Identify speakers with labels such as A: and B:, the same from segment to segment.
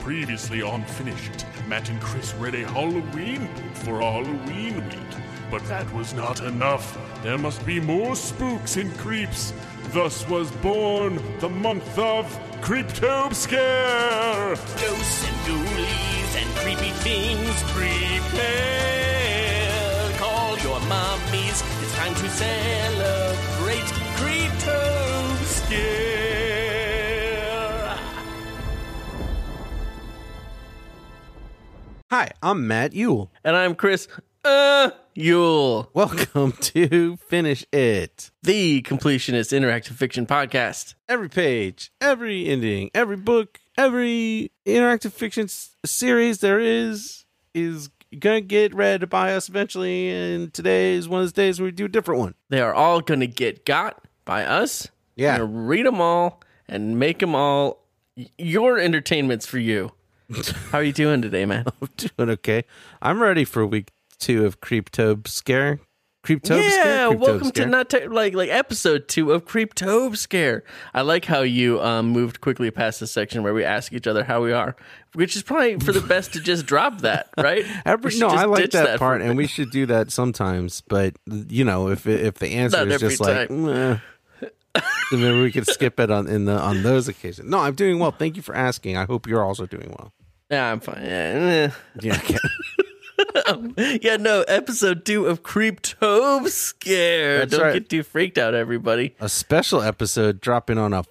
A: Previously on Finished, Matt and Chris read a Halloween book for Halloween week. But that was not enough. There must be more spooks and creeps. Thus was born the month of Creeptobe Scare!
B: Ghosts and ghoulies and creepy things. Prepare. Call your mummies. It's time to celebrate Creeptoe Scare.
C: Hi, I'm Matt Yule.
B: And I'm Chris uh, Yule,
C: Welcome to Finish It.
B: the completionist interactive fiction podcast.
C: Every page, every ending, every book, every interactive fiction s- series there is is gonna get read by us eventually. And today is one of those days where we do a different one.
B: They are all going to get got by us.
C: Yeah.
B: We're going to read them all and make them all y- your entertainments for you. How are you doing today, man?
C: I'm doing okay. I'm ready for week two of Creeptobe Scare. Creeptobe
B: yeah,
C: Scare. Creeptobe
B: welcome
C: Scare.
B: to not te- like like episode two of Creeptobe Scare. I like how you um, moved quickly past the section where we ask each other how we are, which is probably for the best to just drop that, right? We
C: Every,
B: should
C: no,
B: just
C: I like
B: ditch
C: that,
B: for-
C: part, and we should do that sometimes. But you know, if if the answer
B: Not
C: is just
B: every
C: like,
B: time.
C: "Meh," then maybe we could skip it on in the on those occasions. No, I'm doing well. Thank you for asking. I hope you're also doing well.
B: Yeah, I'm fine. Yeah,
C: Yeah, okay.
B: eh. yeah, no, episode two of Creeptobe Scare.
C: That's
B: Don't
C: right.
B: get too freaked out, everybody.
C: a special episode dropping on a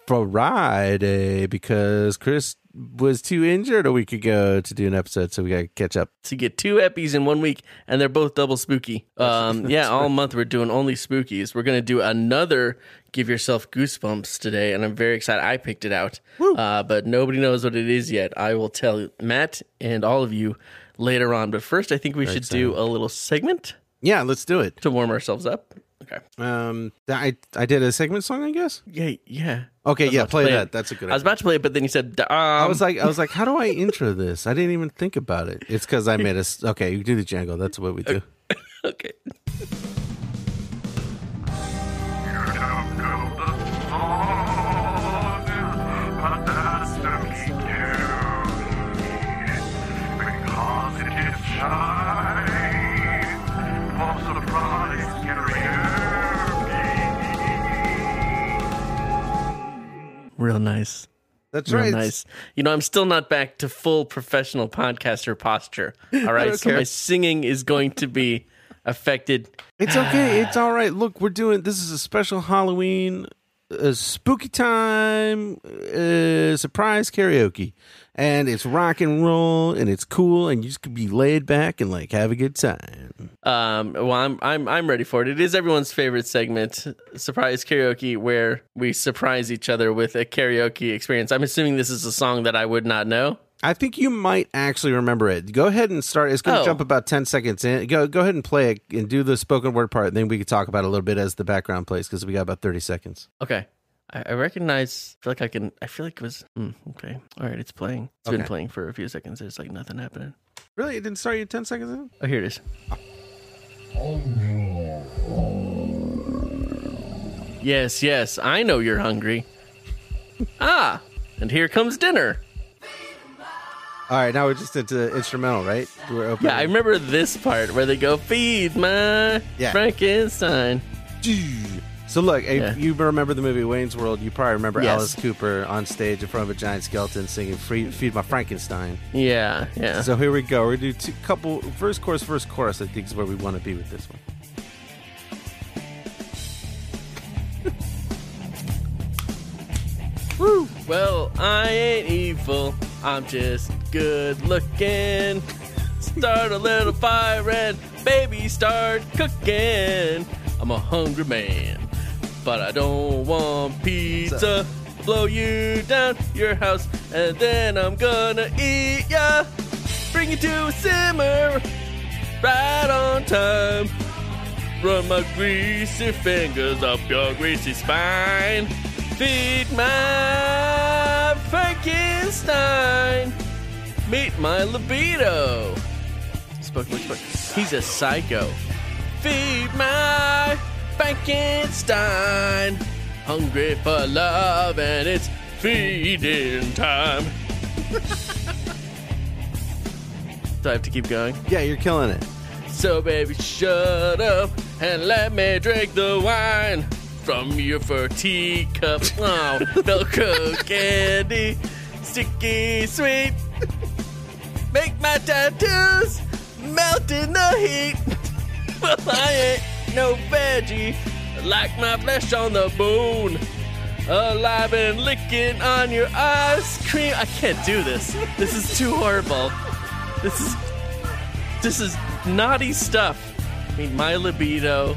C: Friday because Chris was too injured a week ago to do an episode, so we got to catch up.
B: to get two eppies in one week, and they're both double spooky. Um, yeah, all month we're doing only spookies. We're gonna do another "Give Yourself Goosebumps" today, and I'm very excited. I picked it out, uh, but nobody knows what it is yet. I will tell Matt and all of you later on. But first, I think we should do a little segment
C: Yeah, let's do it.
B: to warm ourselves up. Okay.
C: Um, I I did a segment song, I guess.
B: Yeah. Yeah.
C: Okay, yeah,
B: about to
C: play,
B: play
C: that.
B: it.
C: That's a good.
B: I was about to play it, but then you said, um,
C: I was like, I was like, how do I intro this? I didn't even think about it. It's because I made a. s- Okay, you do the jangle. That's what we do.
B: okay. Real nice.
C: That's
B: Real
C: right.
B: nice. You know, I'm still not back to full professional podcaster posture. All right,
C: don't
B: so
C: care.
B: my singing is going to be affected.
C: It's okay. It's all right. Look, we're doing this is a special Halloween, uh, spooky time, uh, surprise karaoke, and it's rock and roll, and it's cool, and you just could be laid back and like have a good time.
B: Um, well, I'm I'm I'm ready for it. It is everyone's favorite segment, surprise karaoke, where we surprise each other with a karaoke experience. I'm assuming this is a song that I would not know.
C: I think you might actually remember it. Go ahead and start. It's going to
B: Oh.
C: jump about ten seconds in. Go go ahead and play it and do the spoken word part, and then we can talk about it a little bit as the background plays because we got about thirty seconds.
B: Okay. I, I recognize. I feel like I can. I feel like it was. Mm, okay. All right. It's playing. It's been
C: Okay.
B: playing for a few seconds. There's like nothing happening.
C: Really, it didn't start you ten seconds in.
B: Oh, here it is. Yes, yes, I know you're hungry. Ah, and here comes dinner.
C: All right, now we're just into instrumental, right? We're opening.
B: Yeah, I remember this part where they go, Feed my
C: Yeah.
B: Frankenstein.
C: So look, if
B: Yeah.
C: you remember the movie Wayne's World. You probably remember
B: Yes.
C: Alice Cooper on stage in front of a giant skeleton singing "Free- "Feed My Frankenstein."
B: Yeah, yeah.
C: So here we go. We're gonna do two couple first chorus, first chorus. I think is where we want to be with this one.
B: Well, I ain't evil. I'm just good looking. Start a little fire and baby start cooking. I'm a hungry man, but I don't want pizza. Blow you down your house and then I'm gonna eat ya. Bring you to a simmer right on time. Run my greasy fingers up your greasy spine. Feed my Frankenstein. Meet my libido. Spoke, spoke, spoke. He's a psycho. Feed my Frankenstein. Hungry for love and it's feeding time. Do I have to keep going?
C: Yeah, you're killing it.
B: So, baby, shut up and let me drink the wine from your fur teacup. Oh, Velcro candy, sticky sweet. Make my tattoos melt in the heat. Well, I ain't no veggie, like my flesh on the bone. Alive and licking on your ice cream. I can't do this. This is too horrible. This is this is naughty stuff. I mean, my libido.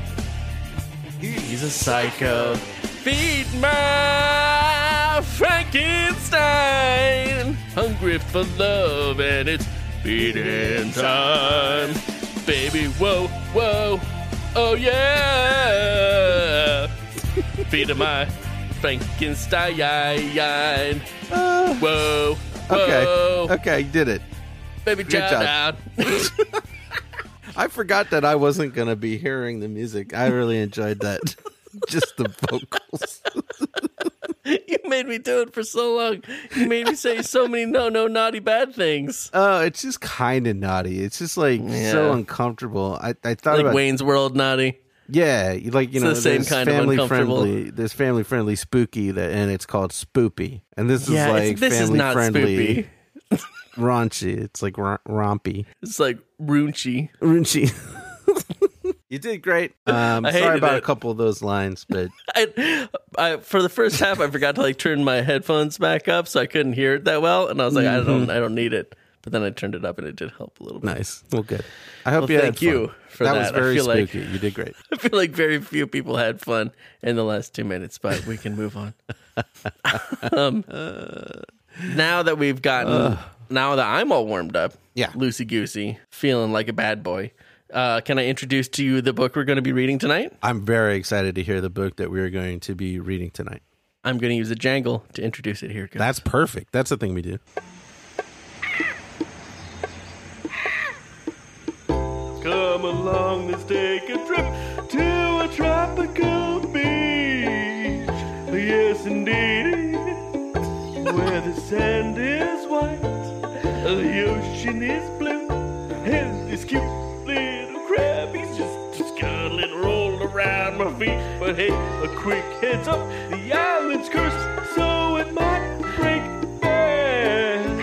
B: He's a psycho. Feed my Frankenstein. Hungry for love, and it's feeding time. Baby, whoa, whoa, oh yeah. Feed my Frankenstein.
C: Uh,
B: Whoa, whoa.
C: okay. Okay, you did it.
B: Baby,
C: Good
B: chow
C: job.
B: down.
C: I forgot that I wasn't going to be hearing the music. I really enjoyed that. Just the vocals.
B: You made me do it for so long. You made me say so many no, no, naughty, bad things.
C: Oh, it's just kind of naughty. It's just like so
B: Yeah.
C: uncomfortable. I, I thought
B: Like
C: about
B: Wayne's World naughty.
C: yeah, you- like you
B: It's
C: know,
B: the same
C: there's
B: kind of
C: family
B: uncomfortable.
C: friendly. There's family friendly spooky that, and it's called spoopy. And this
B: yeah,
C: is
B: it's-
C: like
B: this is
C: family
B: not
C: friendly,
B: spoopy.
C: raunchy. It's like r- rompy,
B: It's like raunchy.
C: raunchy. you did great. Um,
B: I
C: sorry
B: hated
C: about a
B: it.
C: couple of those lines, but
B: I, I, for the first half, I forgot to like turn my headphones back up, so I couldn't hear it that well. And I was like,
C: Mm-hmm.
B: I don't, I don't need it. But then I turned it up, and it did help a little bit.
C: nice. Well, good. I hope
B: Well,
C: you had
B: thank you
C: fun.
B: for
C: that.
B: that.
C: was
B: I
C: very
B: feel like-
C: spooky. You did great.
B: I feel like very few people had fun in the last two minutes, but we can move on. um, now that we've gotten, now that I'm all warmed up,
C: Yeah.
B: loosey goosey, feeling like a bad boy, uh, can I introduce to you the book we're going to be reading tonight?
C: I'm very excited to hear the book that we are going to be reading tonight.
B: I'm going to use a jangle to introduce it here. It goes.
C: That's perfect. That's the thing we do.
A: Come along, let's take a trip to a tropical beach. Yes, indeed, where the sand is white, the ocean is blue, and this cute little crab he's just scuttling rolled around my feet. But hey, a quick heads up, the island's cursed, so it might break bad.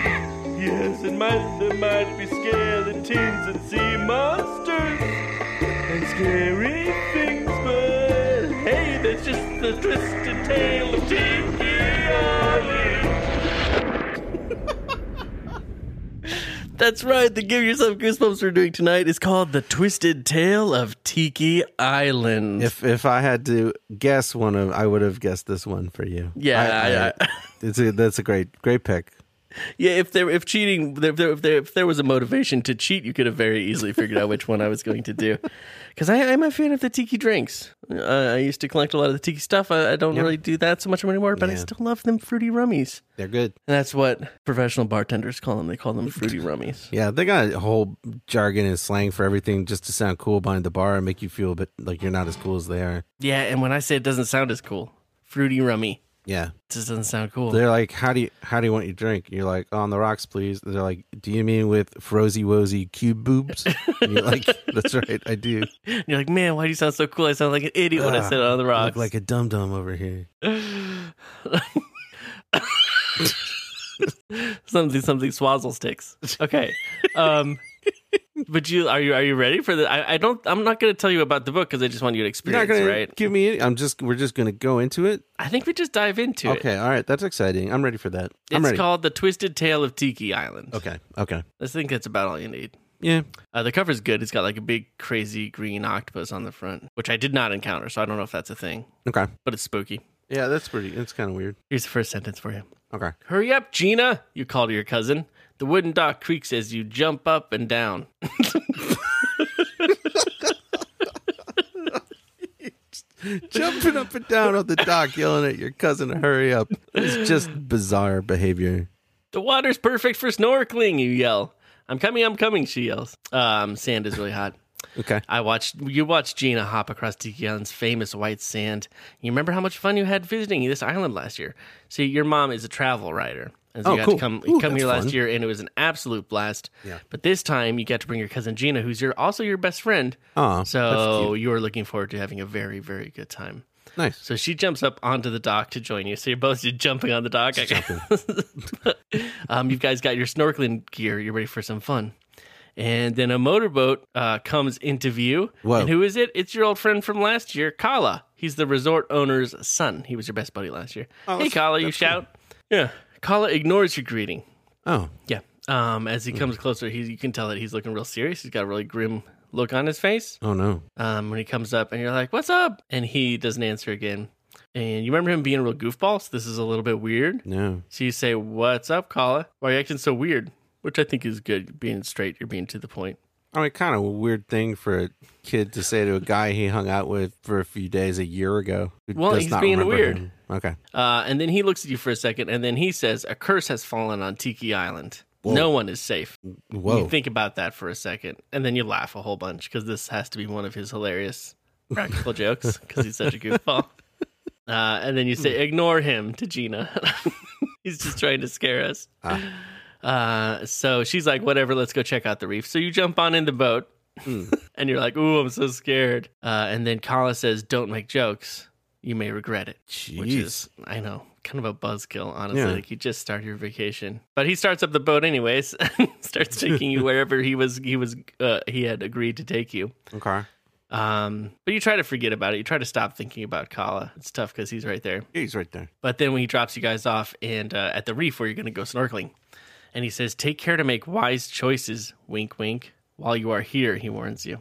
A: Yes, it might, there might be skeletons and sea monsters and scary things, but hey, that's just the twisted tale of Tiki Island.
B: That's right. The Give Yourself Goosebumps we're doing tonight is called The Twisted Tale of Tiki Island.
C: If if I had to guess one of, I would have guessed this one for you.
B: Yeah, I- I-
C: it's a, that's a great great pick.
B: Yeah, if there if cheating if there, if there if there was a motivation to cheat, you could have very easily figured out which one I was going to do. Because I am a fan of the tiki drinks. Uh, I used to collect a lot of the tiki stuff. I, I don't really do that so much anymore, but I
C: Yeah.
B: still love them fruity rummies.
C: They're good.
B: And that's what professional bartenders call them. They call them fruity rummies.
C: Yeah, they got a whole jargon and slang for everything just to sound cool behind the bar and make you feel a bit like you're not as cool as they are.
B: Yeah, and when I say it doesn't sound as cool, fruity rummy
C: Yeah,
B: it just doesn't sound cool.
C: they're like, how do you how do you want your drink? You're like, on the rocks, please. They're like, do you mean with frozy wozy cube boobs? And you're like, that's right, I do.
B: And you're like, man, why do you sound so cool? I sound like an idiot when I
C: Ugh,
B: said it on the
C: I
B: rocks.
C: Ah, Look like a dum dum over here.
B: something something swazzle sticks. Okay. Um but you are you are you ready for the I, I don't I'm not gonna tell you about the book because I just want you to
C: You're not
B: experience,
C: gonna
B: right?
C: give me. Any, I'm just. We're just gonna go into it.
B: I think we just dive into it.
C: Okay, all right, that's exciting. I'm ready for that. I'm
B: It's
C: ready.
B: called The Twisted Tale of Tiki Island.
C: okay, okay,
B: I think that's about all you need.
C: yeah.
B: Uh, the cover's good. It's got like a big crazy green octopus on the front, which I did not encounter, so I don't know if that's a thing.
C: Okay.
B: But it's spooky.
C: Yeah, that's pretty. That's kind of weird.
B: Here's the first sentence for you.
C: Okay.
B: Hurry up, Gina, you call to your cousin. The wooden dock creaks as you jump up and down.
C: Jumping up and down on the dock, yelling at your cousin to hurry up. It's just bizarre behavior.
B: The water's perfect for snorkeling, you yell. I'm coming, I'm coming, she yells. Um, sand is really hot.
C: Okay.
B: I watched you watched Gina hop across Tiki Island's famous white sand. You remember how much fun you had visiting this island last year. See, your mom is a travel writer, As you
C: Oh,
B: got
C: cool.
B: to come
C: Ooh,
B: come here
C: that's
B: last
C: fun.
B: year, and it was an absolute blast.
C: Yeah.
B: But this time, you got to bring your cousin Gina, who's your also your best friend.
C: Aw,
B: so you're looking forward to having a very very good time.
C: Nice.
B: So she jumps up onto the dock to join you. So you're both just jumping on the dock. I guess. um, you guys got your snorkeling gear. You're ready for some fun. And then a motorboat uh, comes into view.
C: Whoa.
B: And who is it? It's your old friend from last year, Kala. He's the resort owner's son. He was your best buddy last year. hey,
C: Oh, that's-
B: Kala, you shout. Yeah. Kala ignores your greeting.
C: Oh,
B: Yeah. Um, as he comes closer, he, you can tell that he's looking real serious. He's got a really grim look on his face
C: oh no.
B: um, when he comes up and you're like, "What's up?" and he doesn't answer again. And you remember him being a real goofball, so this is a little bit weird.
C: No.
B: So you say, "What's up, Kala? Why are you acting so weird?" Which I think is good. Being straight, you're being to the point.
C: I mean, kind of a weird thing for a kid to say to a guy he hung out with for a few days a year ago. who
B: Well, he's being
C: remember
B: weird.
C: him. Okay.
B: Uh, and then he looks at you for a second, and then he says, "A curse has fallen on Tiki Island. No one is safe."
C: Whoa.
B: You think about that for a second, and then you laugh a whole bunch because this has to be one of his hilarious practical jokes because he's such a goofball. Uh, and then you say, "Ignore him" to Gina. he's just trying to scare us. Uh, so she's like, "Whatever, let's go check out the reef." So you jump on in the boat, and you're like, "Ooh, I'm so scared." Uh, and then Kala says, "Don't make jokes. You may regret it." Which
C: Jeez.
B: is, I know, kind of a buzzkill, honestly.
C: Yeah.
B: Like you just start your vacation, but he starts up the boat anyways. starts taking you wherever he was. He was. Uh, he had agreed to take you.
C: Okay.
B: Um, but you try to forget about it. You try to stop thinking about Kala. It's tough because he's right there.
C: He's right there.
B: But then when he drops you guys off and uh, at the reef where you're going to go snorkeling, and he says, "Take care to make wise choices." Wink, wink. While you are here, he warns you.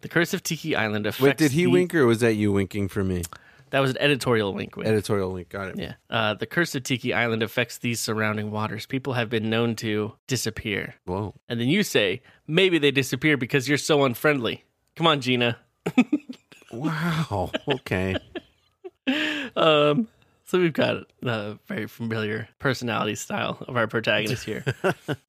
B: The curse of Tiki Island affects.
C: Wait, did he
B: the-
C: wink or was that you winking for me?
B: That was an editorial wink. wink.
C: Editorial wink. Got it.
B: yeah. Uh, the curse of Tiki Island affects these surrounding waters. People have been known to disappear.
C: Whoa.
B: And then you say, maybe they disappear because you're so unfriendly. Come on, Gina.
C: Wow. Oh, Okay.
B: Um, so we've got a very familiar personality style of our protagonist here.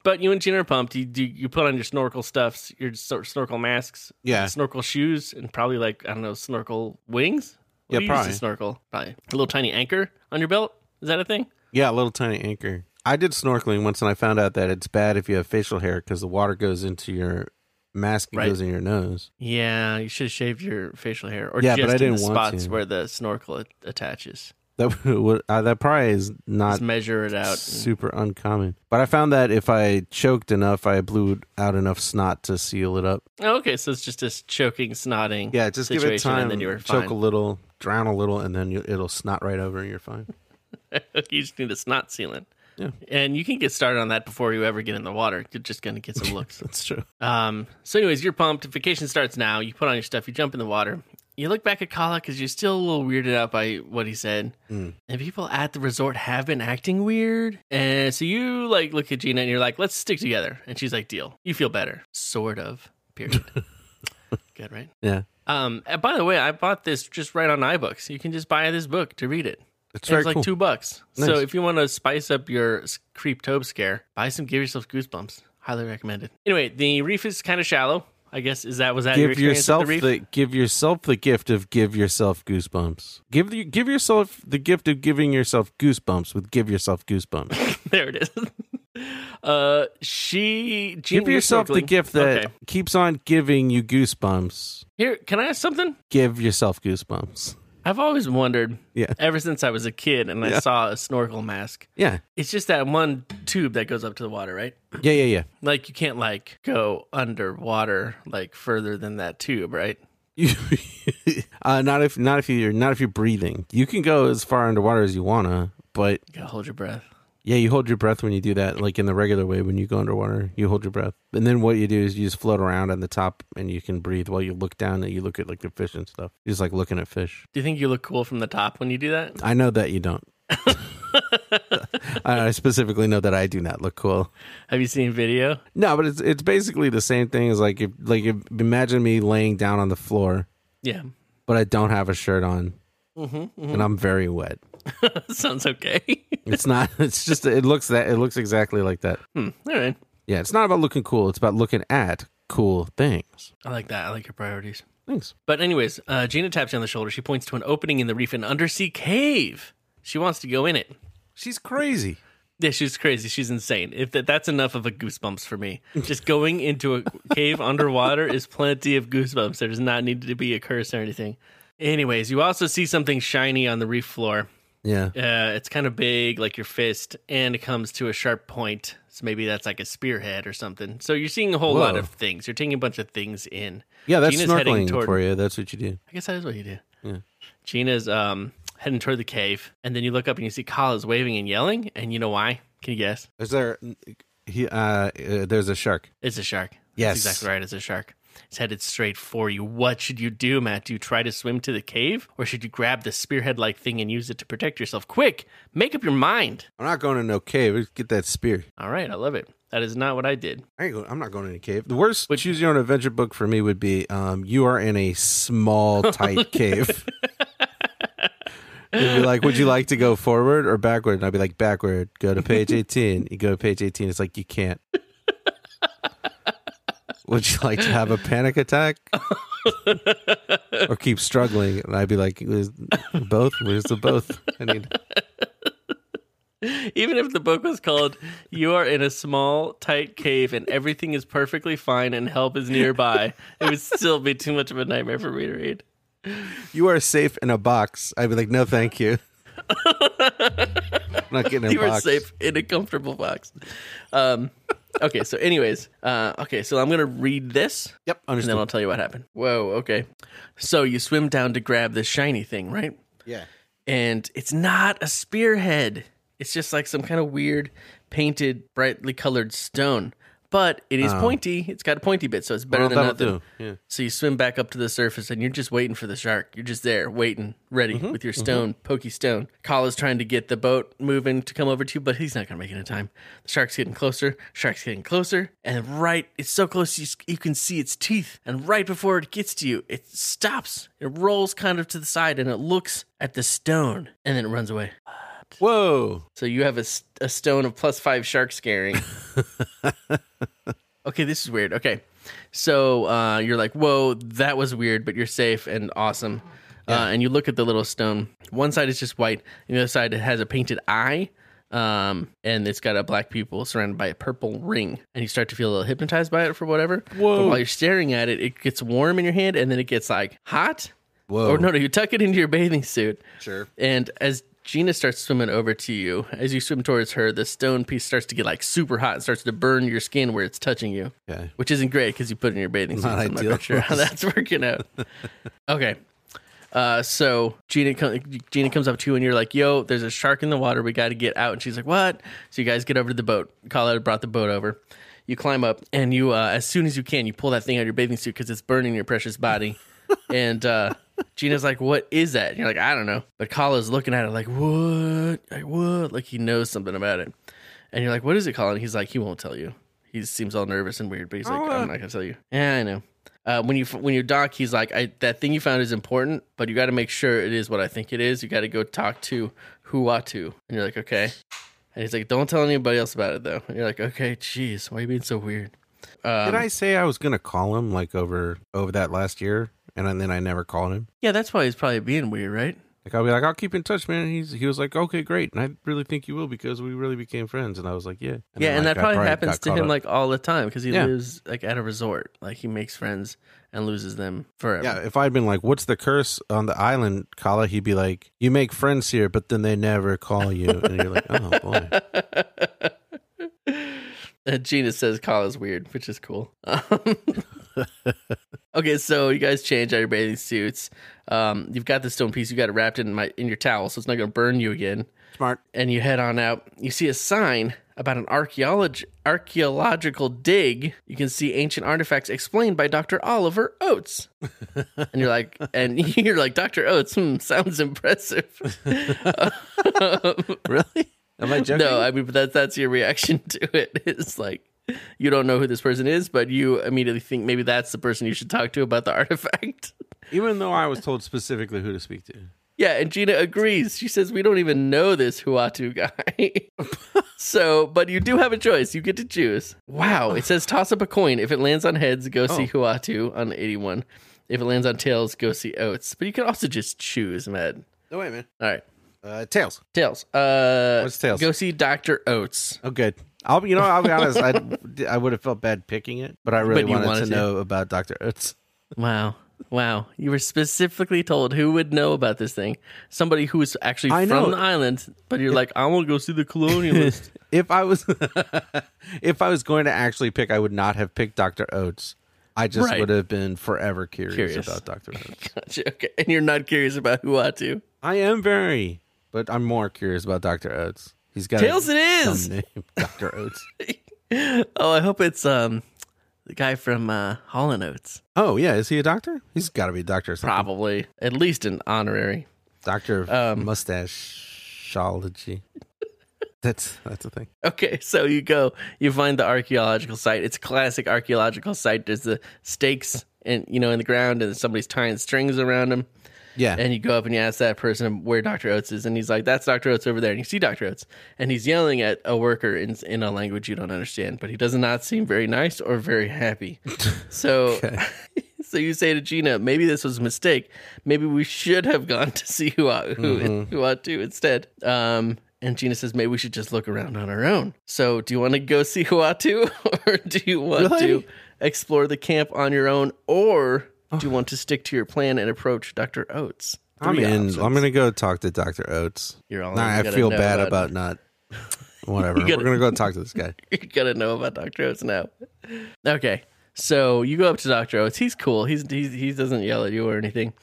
B: but you and Gina are pumped. You, you you put on your snorkel stuffs, your snor- snorkel masks,
C: Yeah.
B: snorkel shoes, and probably like I don't know, snorkel wings. What
C: Yeah,
B: do you use to
C: probably.
B: snorkel. Probably a little tiny anchor on your belt. Is that a thing?
C: Yeah, a little tiny anchor. I did snorkeling once and I found out that it's bad if you have facial hair because the water goes into your mask and
B: Right.
C: goes in your nose.
B: Yeah, you should shave your facial hair, or
C: Yeah, but
B: just
C: I
B: in
C: didn't
B: the
C: want
B: spots
C: to.
B: where the snorkel a- attaches.
C: That would, uh, that probably is not
B: Just measure it out. and-
C: super uncommon. But I found that if I choked enough, I blew out enough snot to seal it up.
B: Oh, okay, so it's just this choking, snotting.
C: Yeah, just give it
B: situation,
C: time.
B: and then you're
C: choke
B: fine.
C: a little, drown a little, and then you, it'll snot right over, and you're fine.
B: you just need a snot sealant.
C: Yeah.
B: And you can get started on that before you ever get in the water. You're just gonna get some looks.
C: That's true.
B: um. So, anyways, you're pumped. Vacation starts now. You put on your stuff. You jump in the water. You look back at Kala because you're still a little weirded out by what he said. And people at the resort have been acting weird. And so you like look at Gina and you're like, "Let's stick together." And she's like, "Deal." You feel better, sort of. Period. Good, right?
C: Yeah,
B: Um. And by the way, I bought this just right on iBooks. You can just buy this book to read it.
C: it's
B: It
C: very
B: was like
C: cool.
B: two bucks. So
C: Nice.
B: if you want to spice up your s- creep tobe scare, buy some. Give yourself goosebumps. Highly recommended. Anyway, the reef is kind of shallow. I guess is that was that your
C: give
B: experience at
C: yourself
B: the
C: the,
B: reef?
C: give yourself the gift of give yourself goosebumps. Give the, give yourself the gift of giving yourself goosebumps with give yourself goosebumps.
B: there it is. uh, she Jean,
C: give
B: you're
C: yourself the
B: snorkeling.
C: gift that
B: Okay.
C: keeps on giving you goosebumps.
B: Here, can I ask something?
C: Give yourself goosebumps.
B: I've always wondered.
C: Yeah.
B: Ever since I was a kid and I
C: Yeah.
B: saw a snorkel mask,
C: Yeah,
B: it's just that one tube that goes up to the water, right?
C: yeah, yeah, yeah.
B: Like you can't like go underwater like further than that tube, right?
C: You, uh, not if not if you're not if you're breathing. You can go as far underwater as you wanna, but
B: You gotta hold your breath.
C: yeah, you hold your breath when you do that. Like in the regular way, when you go underwater, you hold your breath, and then what you do is you just float around on the top, and you can breathe while you look down and you look at like the fish and stuff. You're just like looking at fish.
B: Do you think you look cool from the top when you do that?
C: I know that you don't. I I specifically know that I do not look cool.
B: Have you seen video?
C: No, but it's it's basically the same thing as like if like if, imagine me laying down on the floor,
B: Yeah.
C: but I don't have a shirt on, and I'm very wet.
B: Sounds okay.
C: It's not. It's just. It looks that. It looks exactly like that.
B: All right.
C: Yeah. It's not about looking cool. It's about looking at cool things.
B: I like that. I like your priorities.
C: Thanks.
B: But, anyways, uh, Gina taps you on the shoulder. She points to an opening in the reef, an undersea cave. She wants to go in it.
C: She's crazy.
B: Yeah, she's crazy. She's insane. If that, that's enough of a goosebumps for me, just going into a cave underwater is plenty of goosebumps. There does not need to be a curse or anything. Anyways, you also see something shiny on the reef floor.
C: Yeah.
B: Uh, it's kind of big, like your fist, and it comes to a sharp point. So maybe that's like a spearhead or something. So you're seeing a whole lot
C: Whoa.
B: of things. You're taking a bunch of things in.
C: Yeah, that's
B: Gina's heading
C: snorkeling
B: toward-
C: for you. That's what you do.
B: I guess that is what you do. Yeah. Gina's um, heading toward the cave, and then you look up and you see Kyle is waving and yelling. And you know why? Can you guess?
C: Is there he uh, uh there's a shark.
B: It's a shark.
C: Yes.
B: That's exactly right. It's a shark. It's headed straight for you. What should you do, Matt? Do you try to swim to the cave, or should you grab the spearhead like thing and use it to protect yourself? Quick, make up your mind.
C: I'm not going to no cave. Let's Get that spear.
B: All right, I love it. That is not what I did.
C: I ain't go, I'm not going in a cave. The worst choose your own adventure book for me would be um, you are in a small tight cave. It'd be like, would you like to go forward or backward? And I'd be like, backward. Go to page 18. You go to page 18. It's like you can't. Would you like to have a panic attack or keep struggling? And I'd be like, "Where's both. Where's the both? I need.
B: Even if the book was called You Are in a Small, Tight Cave and Everything is Perfectly Fine and Help is Nearby, it would still be too much of a nightmare for me to read.
C: You are safe in a box. I'd be like, no, thank you. I'm not getting a
B: You were
C: box.
B: safe in a comfortable box. Um, okay, so, anyways, uh, okay, so I'm going to read this.
C: Yep,
B: And then
C: understand.
B: I'll tell you what happened. Whoa, okay. So you swim down to grab this shiny thing, right?
C: Yeah.
B: And it's not a spearhead. It's just like some kind of weird painted, brightly colored stone. But it is pointy. It's got a pointy bit, so it's better
C: Oh. Well,
B: than
C: that'll
B: nothing.
C: do, yeah.
B: So you swim back up to the surface and you're just waiting for the shark. You're just there, waiting, ready with your stone, pokey stone. Kala's trying to get the boat moving to come over to you, but he's not going to make it in time. The shark's getting closer. Shark's getting closer. And right, it's so close you, s- you can see its teeth. And right before it gets to you, it stops. It rolls kind of to the side and it looks at the stone and then it runs away.
C: Whoa.
B: So you have a, s- a stone of plus five shark scaring. okay, this is weird. Okay. So uh, you're like, whoa, that was weird, but you're safe and awesome. Uh, and you look at the little stone. One side is just white, and the other side it has a painted eye. Um, and it's got a black pupil surrounded by a purple ring, and you start to feel a little hypnotized by it for whatever.
C: Whoa.
B: But while you're staring at it, it gets warm in your hand, and then it gets like hot.
C: Whoa.
B: Or no, no, you tuck it into your bathing suit.
C: Sure.
B: And as Gina starts swimming over to you, as you swim towards her, the stone piece starts to get like super hot and starts to burn your skin where it's touching you.
C: Okay.
B: Which isn't great because you put it in your bathing suit. so I'm not
C: ideal.
B: quite sure how that's working out. okay. Uh, so Gina, com- Gina comes up to you and you're like, yo, there's a shark in the water. We got to get out. And she's like, what? So you guys get over to the boat. Colorado brought the boat over. You climb up and you, uh, as soon as you can, you pull that thing out of your bathing suit because it's burning your precious body. and uh, Gina's like, what is that? And you're like, I don't know. But Kala's looking at it like, what? Like, what? Like he knows something about it. And you're like, what is it, Colin? He's like, he won't tell you. He seems all nervous and weird, but he's like,
C: Oh, uh,
B: I'm not gonna tell you. Yeah, I know. Uh, when you when you doc, he's like, I, that thing you found is important, but you got to make sure it is what I think it is. You got to go talk to Huatu, and you're like, okay. And he's like, don't tell anybody else about it though. And you're like, okay, jeez, why are you being so weird?
C: Did I say I was gonna call him like over over that last year, and then I never called him?
B: Yeah, that's why he's probably being weird, right?
C: Like I'll be like, I'll keep in touch, man. He's he was like, okay, great, and I really think you will because we really became friends. And I was like, yeah, and
B: yeah,
C: then,
B: and
C: like,
B: that
C: I
B: probably,
C: got
B: happens to
C: caught
B: him
C: up.
B: like all the time because he
C: Yeah.
B: lives like at a resort. Like he makes friends and loses them forever.
C: yeah. If I'd been like, what's the curse on the island, Kala? He'd be like, you make friends here, but then they never call you, and you're like, oh boy,
B: Uh, Gina says Kyle is weird, which is cool. Um, okay, so you guys change out your bathing suits. Um, you've got the stone piece. You got it wrapped in my in your towel, so it's not going to burn you again.
C: smart.
B: And you head on out. You see a sign about an archaeolog- archaeological dig. You can see ancient artifacts explained by Dr. Oliver Oates. and you're like, and you're like, Dr. Oates, hmm, sounds impressive.
C: Really? Am I joking?
B: No, I mean, but that's that's your reaction to it. It's like you don't know who this person is, but you immediately think maybe that's the person you should talk to about the artifact.
C: Even though I was told specifically who to speak to.
B: yeah, and Gina agrees. She says we don't even know this Huatu guy. so, but you do have a choice. You get to choose. Wow, it says toss up a coin. If it lands on heads, go see
C: Oh.
B: Huatu on eighty-one. If it lands on tails, go see Oats. But you can also just choose, Matt.
C: No way, man.
B: All right.
C: Uh, Tails.
B: Tails. Uh,
C: What's Tails?
B: Go see Doctor Oats.
C: Oh, good. I'll be, you know, I'll be honest. I, I would have felt bad picking it, but I really
B: But you
C: wanted,
B: wanted
C: to,
B: to.
C: know about Dr. Oates.
B: Wow. Wow. You were specifically told who would know about this thing. Somebody who is actually
C: I know.
B: from the island, but you're like, I want to go see the colonialist.
C: If I was, if I was going to actually pick, I would not have picked Dr. Oates. I just
B: Right.
C: would have been forever curious,
B: Curious.
C: about Dr. Oates.
B: Gotcha. Okay. And you're not curious about who ought to.
C: I am very, but I'm more curious about Dr. Oates. He's got
B: Tails
C: a
B: it
C: dumb
B: is.
C: name, Dr. Oates.
B: Oh, I hope it's um the guy from uh Hall and Oates.
C: Oh yeah, is he a doctor? He's got to be a doctor. or something.
B: Probably. Um, At least an honorary.
C: Doctor of mustacheology. That's that's a thing.
B: Okay, so you go, you find the archaeological site. It's a classic archaeological site. There's the stakes and you know in the ground and somebody's tying strings around them.
C: Yeah,
B: And you go up and you ask that person where Dr. Oates is, and he's like, "That's Dr. Oates over there." And you see Dr. Oates, and he's yelling at a worker in in a language you don't understand, but he does not seem very nice or very happy. So, so you say to Gina, "Maybe this was a mistake. Maybe we should have gone to see who ought, who,
C: Mm-hmm.
B: who ought to instead." Um, and Gina says, "Maybe we should just look around on our own." So, do you want to go see who ought to, or do you want to
C: Really?
B: explore the camp on your own, or do you want to stick to your plan and approach Dr. Oates?
C: I'm
B: Three
C: in.
B: options.
C: I'm gonna go talk to Doctor Oates.
B: You're all
C: Nah,
B: in. You
C: I
B: gotta
C: feel
B: know
C: bad
B: about-
C: about not. Whatever.
B: gotta-
C: We're gonna go talk to this guy.
B: you gotta know about Doctor Oates now. Okay, so you go up to Doctor Oates. He's cool. He's, he's he doesn't yell at you or anything.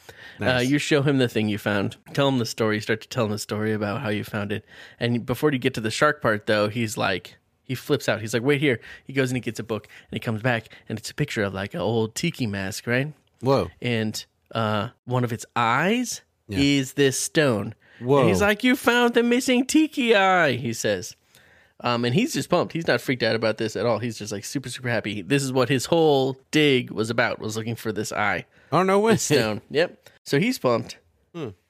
B: Uh, you show him the thing you found. Tell him the story. You Start to tell him the story about how you found it. And before you get to the shark part, though, he's like. He flips out. He's like, "Wait here." He goes and he gets a book, and he comes back, and it's a picture of like an old tiki mask, right?
C: Whoa.
B: and uh, one of its eyes is this stone.
C: Whoa.
B: And he's like, You found the missing tiki eye, he says. Um, and he's just pumped. He's not freaked out about this at all. He's just like super, super happy. This is what his whole dig was about, was looking for this eye
C: Oh no way.
B: stone. yep. So he's pumped.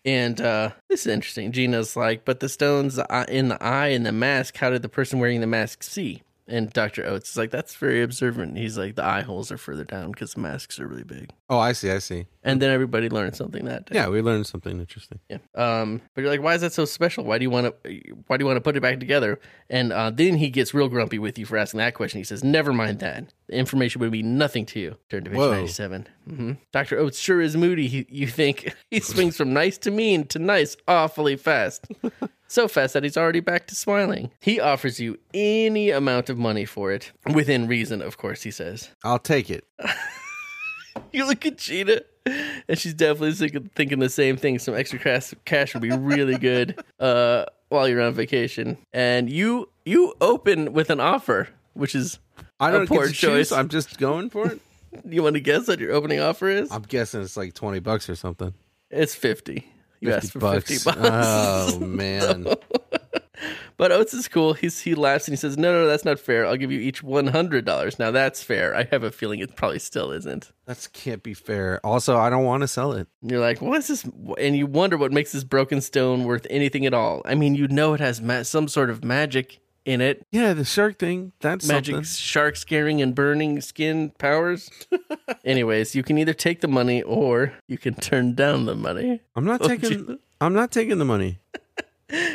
B: And uh, this is interesting. Gina's like, but the stones uh, in the eye and the mask, how did the person wearing the mask see? And Dr. Oates is like, that's very observant. He's like, the eye holes are further down because the masks are really big.
C: Oh, I see. I see.
B: And then everybody learned something that day.
C: Yeah, we learned something interesting.
B: Yeah. Um, but you're like, why is that so special? Why do you want to? Why do you want to put it back together? And uh, then he gets real grumpy with you for asking that question. He says, "Never mind that. The information would be nothing to you." Turn to page
C: Whoa.
B: ninety-seven. Mm-hmm. Doctor Oates sure is moody. He, you think he swings from nice to mean to nice awfully fast, so fast that he's already back to smiling. He offers you any amount of money for it, within reason, of course. He says,
C: I'll take it.
B: you look at Gina, and she's definitely thinking, thinking the same thing. Some extra cash, cash would be really good uh, while you're on vacation. And you you open with an offer, which is
C: I don't
B: poor
C: get to choose.
B: choice.
C: I'm just going for it.
B: you want to guess what your opening offer is?
C: I'm guessing it's like twenty bucks or something.
B: It's fifty. You asked for fifty bucks. Uh-huh.
C: Oh man.
B: But Oates is cool. He's, he laughs and he says, "No, no, that's not fair. I'll give you each one hundred dollars. Now that's fair. I have a feeling it probably still isn't."
C: That can't be fair. Also, I don't want to sell it.
B: And you're like, what is this? And you wonder what makes this broken stone worth anything at all. I mean, you know it has ma- some sort of magic in it.
C: Yeah, the shark thing. That's
B: Magic
C: something.
B: shark scaring and burning skin powers. Anyways, you can either take the money or you can turn down the money.
C: I'm not taking. I'm not taking the money.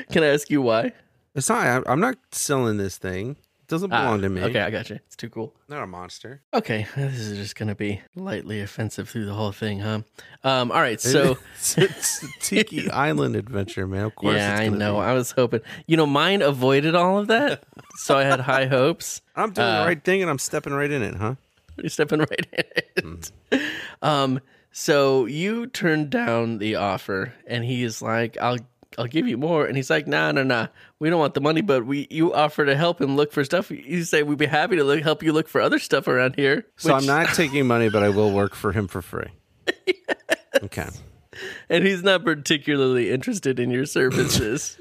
B: Can I ask you why?
C: It's not. I'm- I'm not selling this thing. It doesn't belong to me.
B: Ah, Okay, I got you. It's too cool.
C: Not a monster.
B: Okay, this is just going to be lightly offensive through the whole thing, huh? Um, all right, so.
C: it's, it's a Tiki Island adventure, man. Of course.
B: Yeah,
C: it's
B: I
C: gonna
B: know.
C: be.
B: I was hoping. You know, mine avoided all of that, so I had high hopes.
C: I'm doing
B: Uh,
C: the right thing, and I'm stepping right in it, huh?
B: You're stepping right in it.
C: Mm-hmm.
B: Um, so you turned down the offer, and he is like, "I'll, I'll give you more," and he's like, "Nah, nah, nah. We don't want the money, but we you offer to help him look for stuff. You say we'd be happy to look, help you look for other stuff around here."
C: So I'm
B: which-
C: not taking money, but I will work for him for free. Okay.
B: and he's not particularly interested in your services.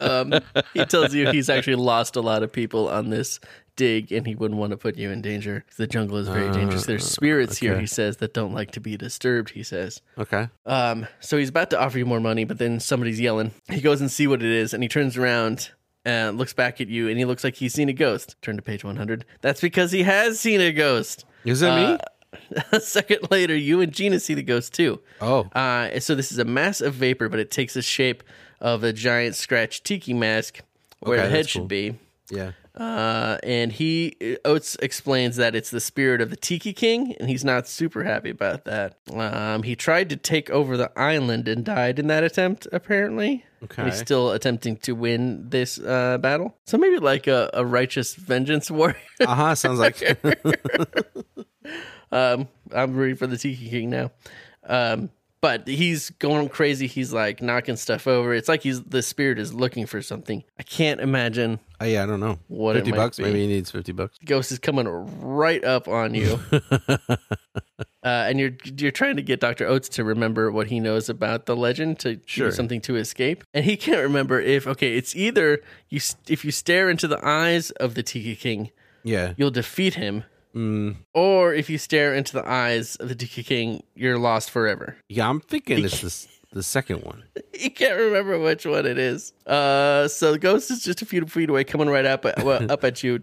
B: um, he tells you he's actually lost a lot of people on this dig, and he wouldn't want to put you in danger. The jungle is very dangerous.
C: Uh,
B: There's spirits here, he says, that don't like to be disturbed. He says.
C: Okay.
B: Um, so he's about to offer you more money, but then somebody's yelling. He goes and see what it is, and he turns around and looks back at you, and he looks like he's seen a ghost. Turn to page one hundred. That's because he has seen a ghost.
C: Is that
B: Uh,
C: me?
B: a second later, you and Gina see the ghost too.
C: Oh.
B: Uh, so this is a mass of vapor, but it takes the shape of a giant scratch tiki mask where
C: Okay,
B: the head
C: that's
B: should
C: cool.
B: be.
C: Yeah.
B: Uh, and he Oates explains that it's the spirit of the Tiki King, and he's not super happy about that. Um, he tried to take over the island and died in that attempt, apparently. And he's
C: Okay.
B: still attempting to win this uh, battle. So maybe like a, a righteous vengeance warrior.
C: Uh huh. Sounds like
B: Um, I'm rooting for the Tiki King now. Um, but he's going crazy. He's like knocking stuff over. It's like he's the spirit is looking for something. I can't imagine.
C: Oh, yeah, I don't know.
B: What it
C: fifty
B: might
C: bucks?
B: be.
C: Maybe he needs fifty bucks.
B: Ghost is coming right up on you, uh, and you're you're trying to get Doctor Oates to remember what he knows about the legend to
C: Sure.
B: do something to escape, and he can't remember if okay, it's either you s- if you stare into the eyes of the Tiki King,
C: Yeah.
B: you'll defeat him. Or if you stare into the eyes of the Tiki King, you're lost forever.
C: Yeah, I'm thinking it's this the second one.
B: You can't remember which one it is. Uh, so the ghost is just a few feet away, coming right up at, well, up at you.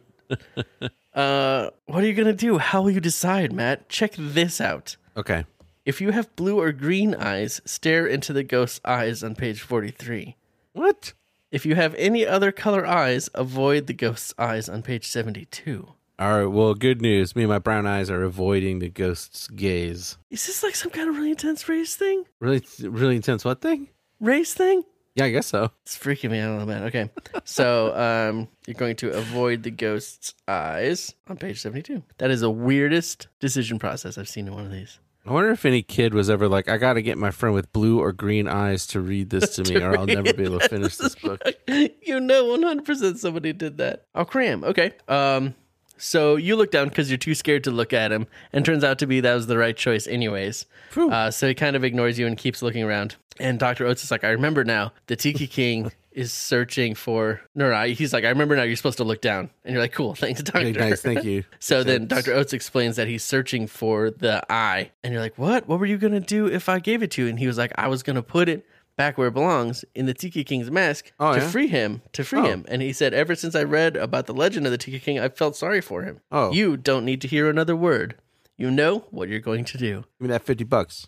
B: Uh, what are you gonna do? How will you decide, Matt? Check this out.
C: Okay.
B: If you have blue or green eyes, stare into the ghost's eyes on page forty-three.
C: What?
B: If you have any other color eyes, avoid the ghost's eyes on page seventy-two.
C: All right. Well, good news. Me and my brown eyes are avoiding the ghost's gaze.
B: Is this like some kind of really intense race thing?
C: Really, really intense. What thing?
B: Race thing?
C: Yeah, I guess so.
B: It's freaking me out a little bit. Okay. So um, you're going to avoid the ghost's eyes on page 72. That is the weirdest decision process I've seen in one of these.
C: I wonder if any kid was ever like, I got to get my friend with blue or green eyes to read this to me, or I'll never be able to finish this book.
B: you know 100% somebody did that. Oh, cram. Okay. Um, so you look down because you're too scared to look at him. And turns out to be that was the right choice, anyways.
C: Phew.
B: Uh, so he kind of ignores you and keeps looking around. And Dr. Oates is like, I remember now. The Tiki King is searching for. No, no, he's like, I remember now. You're supposed to look down. And you're like, cool. Thanks, Doctor.
C: Hey, nice. Thank you.
B: So then Dr. Oates explains that he's searching for the eye. And you're like, what? What were you going to do if I gave it to you? And he was like, I was going to put it back where it belongs in the Tiki King's mask
C: Oh,
B: to
C: yeah? Oh.
B: free him, to free him. And he said, ever since I read about the legend of the Tiki King, I felt sorry for him.
C: Oh.
B: You don't need to hear another word. You know what you're going to do.
C: Give me that 50 bucks.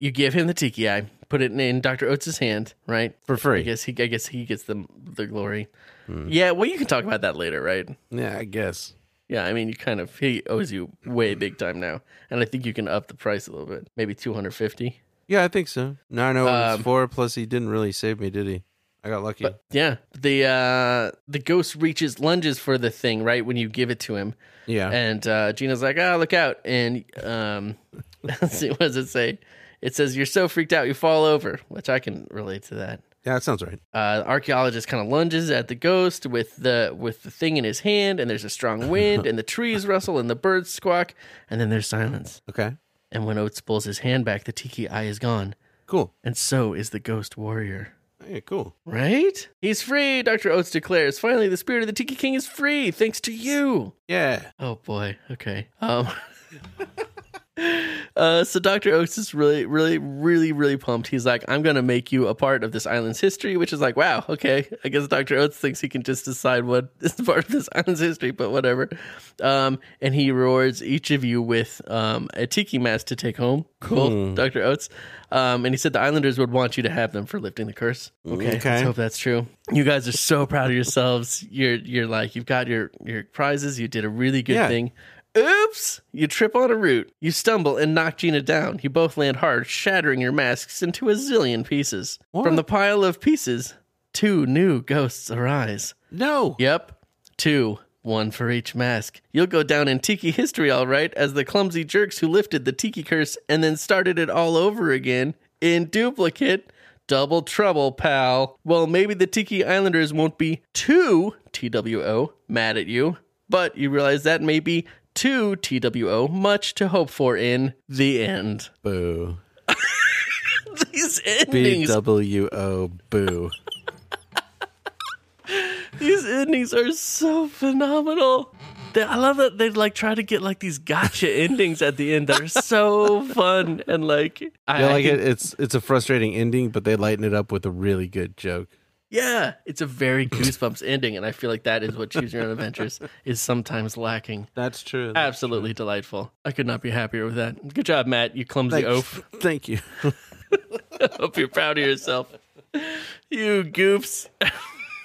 B: You give him the Tiki eye, put it in Dr. Oates' hand, right?
C: For free.
B: I guess he, I guess he gets the, the glory.
C: Hmm.
B: Yeah, well, you can talk about that later, right?
C: Yeah, I guess.
B: Yeah, I mean, you kind of he owes you way big time now, and I think you can up the price a little bit, maybe two hundred fifty.
C: Yeah, I think so. oh No, I know what it
B: Um,
C: was for. Plus, he didn't really save me, did he? I got lucky.
B: Yeah, the uh, the ghost reaches lunges for the thing right when you give it to him,
C: yeah.
B: and uh, Gina's like, "Ah, look out!" And um, let's see, what does it say? It says, "You're so freaked out, you fall over," which I can relate to that.
C: yeah, that sounds right.
B: Uh, the archaeologist kind of lunges at the ghost with the with the thing in his hand, and there's a strong wind, and the trees rustle, and the birds squawk, and then there's silence.
C: Okay.
B: And when Oates pulls his hand back, the tiki eye is gone.
C: Cool.
B: And so is the ghost warrior.
C: Hey, cool.
B: Right? He's free, Dr. Oates declares. Finally, the spirit of the Tiki King is free, thanks to you.
C: Yeah.
B: Oh boy. Okay. Um Uh, so Dr. Oates is really, really, really, really pumped. He's like, I'm going to make you a part of this island's history, which is like, wow, okay. I guess Dr. Oates thinks he can just decide what is part of this island's history, but whatever. Um, and he rewards each of you with um, a tiki mask to take home. Cool, Dr. Oates. Um, and he said the islanders would want you to have them for lifting the curse. Okay,
C: Okay.
B: let's hope that's true. You guys are so proud of yourselves. You're, you're like, you've got your, your prizes. You did a really good
C: Yeah.
B: thing. Oops! You trip on a root. You stumble and knock Gina down. You both land hard, shattering your masks into a zillion pieces.
C: What?
B: From the pile of pieces, two new ghosts arise.
C: No.
B: Yep, two. One for each mask. You'll go down in tiki history, all right, as the clumsy jerks who lifted the tiki curse and then started it all over again in duplicate. Double trouble, pal. Well, maybe the Tiki Islanders won't be too TWO mad at you, but you realize that may be too TWO much to hope for in the end.
C: Boo.
B: These endings,
C: BWO boo.
B: these endings are so phenomenal. They- I love that they like try to get like these gotcha endings at the end that are so fun and like I
C: Yeah, like
B: can-
C: it, it's it's a frustrating ending, but they lighten it up with a really good joke.
B: yeah, it's a very goosebumps ending, and I feel like that is what Choose Your Own Adventures is sometimes lacking.
C: That's true.
B: Absolutely delightful. I could not be happier with that. Good job, Matt. You clumsy oaf.
C: Thank you.
B: Hope you're proud of yourself. You goofs.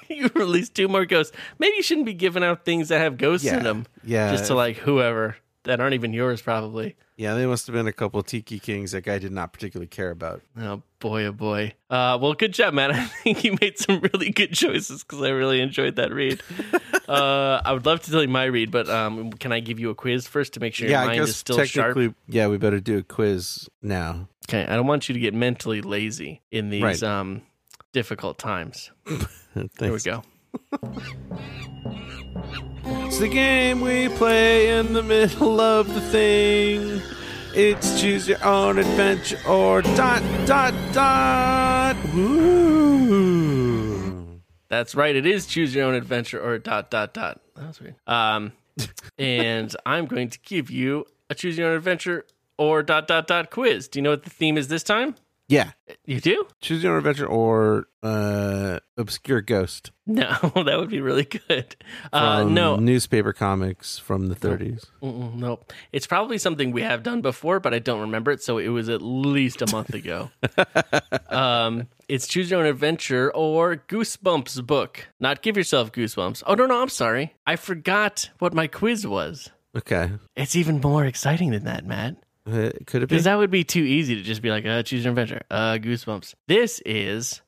B: you released two more ghosts. Maybe you shouldn't be giving out things that have ghosts
C: Yeah.
B: in them.
C: Yeah.
B: Just to like whoever that aren't even yours, probably.
C: Yeah, they must have been a couple of Tiki Kings that guy did not particularly care about.
B: Oh boy, oh boy. Uh, well, good job, Matt. I think you made some really good choices because I really enjoyed that read. uh, I would love to tell you my read, but um, can I give you a quiz first to make sure your
C: yeah, I
B: mind
C: guess
B: is still sharp?
C: technically, yeah, we better do a quiz now.
B: Okay, I don't want you to get mentally lazy in these
C: Right.
B: um, difficult times. There we
C: Thanks.
B: go.
C: It's the game we play in the middle of the thing. It's choose your own adventure or dot dot dot. Woo.
B: That's right. It is choose your own adventure or dot dot dot. That was weird. Um, and I'm going to give you a choose your own adventure or dot dot dot quiz. Do you know what the theme is this time?
C: Yeah,
B: You do?
C: choose your own adventure or uh, obscure ghost.
B: No, that would be really good. Uh,
C: from
B: no,
C: newspaper comics from the 30s.
B: Mm-mm, nope. It's probably something we have done before, but I don't remember it. So it was at least a month ago. um, it's Choose Your Own Adventure or Goosebumps book. Not give yourself goosebumps. Oh no, no, I'm sorry. I forgot what my quiz was.
C: Okay,
B: It's even more exciting than that, Matt.
C: Uh, could it be?
B: Because that would be too easy to just be like, uh, choose your adventure, uh, goosebumps. This is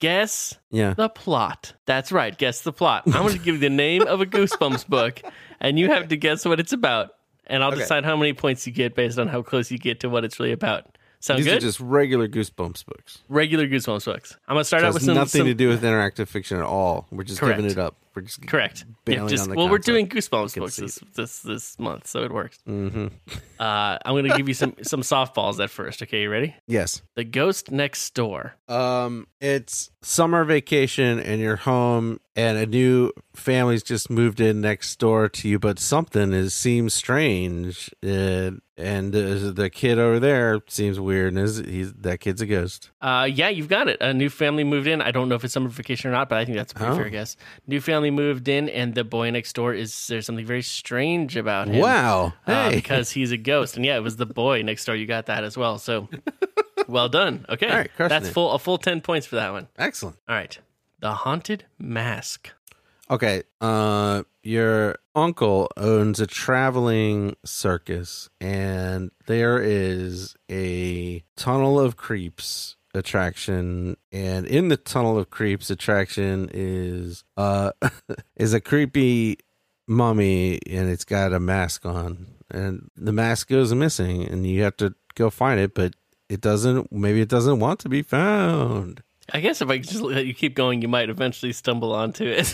B: guess
C: yeah.
B: the plot. That's right, guess the plot. I'm going to give you the name of a goosebumps book, and you have to guess what it's about. And I'll decide how many points you get based on how close you get to what it's really about. Sound
C: These
B: good?
C: are just regular Goosebumps books.
B: Regular goosebumps books. I'm going to start
C: It
B: out
C: has
B: with some,
C: nothing
B: some-
C: to do with interactive fiction at all. We're just
B: Correct.
C: giving it up. We're just
B: Correct. Yeah,
C: bailing
B: just-
C: on the
B: well, we're
C: concept.
B: doing goosebumps books
C: see
B: this, this this month, so it works. Mm-hmm. Uh, I'm going to give you some some softballs at first. Okay, you ready?
C: Yes.
B: The Ghost Next Door.
C: Um, it's summer vacation and you're home and a new family's just moved in next door to you, but something is seems strange. Uh, and uh, the kid over there seems weird and is he's that kid's a ghost.
B: Uh, yeah, you've got it. A new family moved in. I don't know if it's summer vacation or not, but I think that's a pretty
C: Oh.
B: fair guess. New family moved in, and the boy next door is there's something very strange about him.
C: Wow.
B: Uh,
C: Hey.
B: because he's a ghost, and yeah, it was the boy next door. You got that as well. So, well done. Okay,
C: All right, crushing
B: that's
C: it.
B: full a full ten points for that one.
C: Excellent.
B: All right, the haunted mask.
C: Okay. Uh, your uncle owns a traveling circus, and there is a tunnel of creeps attraction and in the tunnel of creeps attraction is uh is a creepy mummy and it's got a mask on and the mask goes missing and you have to go find it but it doesn't maybe it doesn't want to be found
B: I guess if I just let you keep going, you might eventually stumble onto it.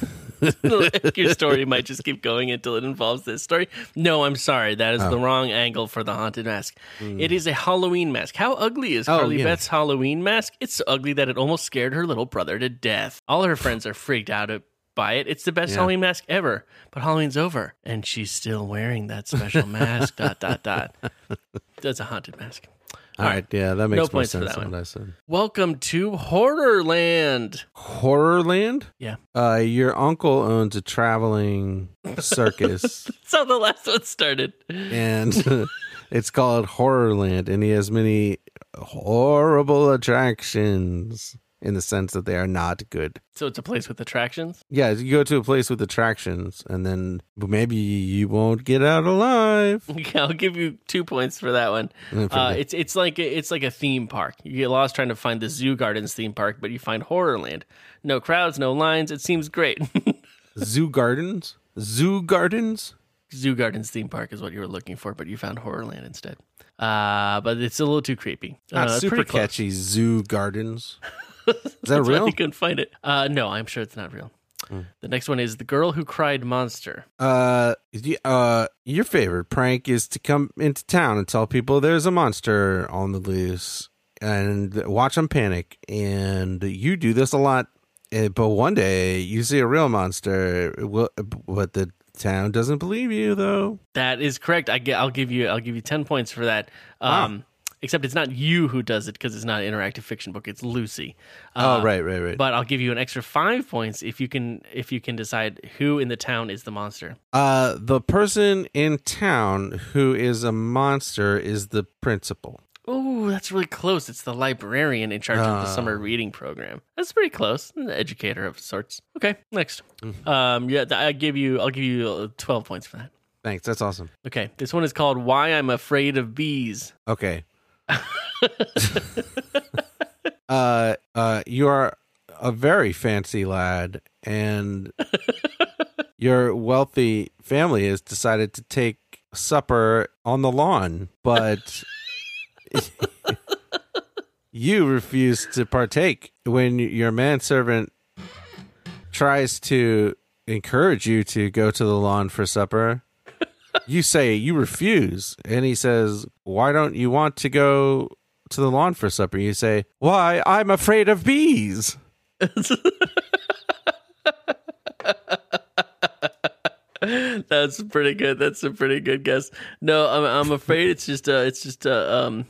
B: Like, Your story might just keep going until it involves this story. No, I'm sorry. That is
C: Oh.
B: the wrong angle for the haunted mask. It is a Halloween mask. How ugly is
C: Hmm. Oh,
B: Carly
C: yeah.
B: Beth's Halloween mask? It's so ugly that it almost scared her little brother to death. All her friends are freaked out at- by it. It's the best Halloween mask ever, but Halloween's over, and she's still wearing that special mask. dot, dot, dot. That's a haunted mask.
C: all right yeah that makes more
B: points for
C: sense
B: that
C: than
B: one.
C: what I said.
B: Welcome to Horrorland.
C: horrorland
B: Yeah.
C: Uh, your uncle owns a traveling circus,
B: So the last one started.
C: and it's called Horrorland, and he has many horrible attractions in the sense that they are not good.
B: So it's a place with attractions.
C: Yeah, you go to a place with attractions, and then maybe you won't get out alive.
B: Okay, I'll give you two points for that one. Uh, it's it's like a, it's like a theme park. You get lost trying to find the Zoo Gardens theme park, but you find Horrorland. No crowds, no lines. It seems great.
C: Zoo gardens, zoo gardens.
B: Zoo Gardens theme park is what you were looking for, but you found Horrorland instead. Uh, but it's a little too creepy.
C: Not
B: Uh, it's
C: super
B: pretty close.
C: catchy. Zoo gardens. Is that
B: That's why
C: real?
B: You couldn't find it. Uh, no, I'm sure it's not real. The next one is the girl who cried monster.
C: Uh, y- uh, your favorite prank is to come into town and tell people there's a monster on the loose and watch them panic. And you do this a lot, eh, but one day you see a real monster. Well, but the town doesn't believe you though.
B: That is correct. I will give you I'll give you ten points for that. Um, Except it's not you who does it because it's not an interactive fiction book. It's Lucy. Uh,
C: oh, right, right, right.
B: But I'll give you an extra five points if you can if you can decide who in the town is the monster.
C: uh, the person in town who is a monster is the principal.
B: Oh, that's really close. It's the librarian in charge of the
C: Oh.
B: summer reading program. That's pretty close. An educator of sorts. Okay, next.
C: Mm-hmm.
B: Um, yeah, th- I give you. I'll give you uh, twelve points for that.
C: Thanks. That's awesome.
B: Okay, this one is called "Why I'm Afraid of Bees."
C: Okay. uh, uh, you are a very fancy lad, and your wealthy family has decided to take supper on the lawn, but you refuse to partake when your manservant tries to encourage you to go to the lawn for supper you say you refuse and he says why don't you want to go to the lawn for supper you say why i'm afraid of bees
B: That's pretty good. That's a pretty good guess. No, I'm, I'm afraid it's just uh it's just uh um,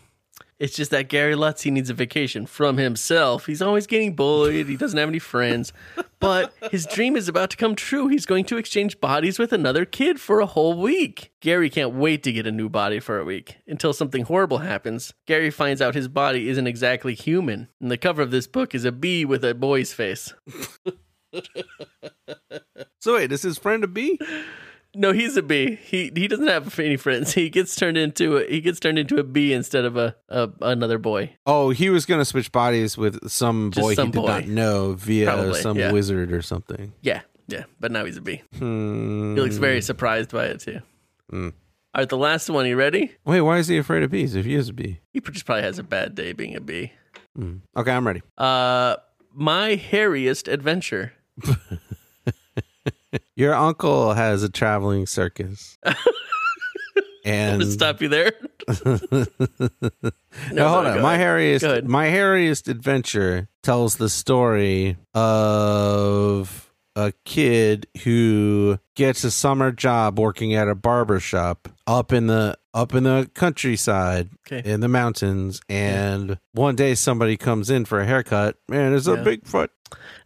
B: it's just that Gary Lutz he needs a vacation from himself. He's always getting bullied. He doesn't have any friends, but his dream is about to come true. He's going to exchange bodies with another kid for a whole week. Gary can't wait to get a new body for a week until something horrible happens. Gary finds out his body isn't exactly human, and the cover of this book is a bee with a boy's face.
C: so wait is his friend a bee
B: No, he's a bee. He he doesn't have any friends. He gets turned into a, he gets turned into a bee instead of a, a another boy.
C: oh he was going to switch bodies with some
B: Just
C: boy
B: some
C: he did
B: boy.
C: not know via
B: Probably,
C: some
B: yeah.
C: wizard or something
B: Yeah, yeah. But now he's a bee.
C: hmm.
B: He looks very surprised by it too. All right, the last one. You ready?
C: wait why is he afraid of bees if he is a bee
B: He just probably has a bad day being a bee.
C: okay i'm ready
B: Uh, my hairiest adventure.
C: your uncle has a traveling circus and
B: Let's stop you there.
C: No, hold
B: no,
C: on.
B: go
C: My
B: ahead. Go
C: hairiest,
B: ahead.
C: my hairiest adventure tells the story of a kid who gets a summer job working at a barber shop up in the up in the countryside
B: Okay.
C: in the mountains and one day somebody comes in for a haircut and it's
B: Yeah.
C: a bigfoot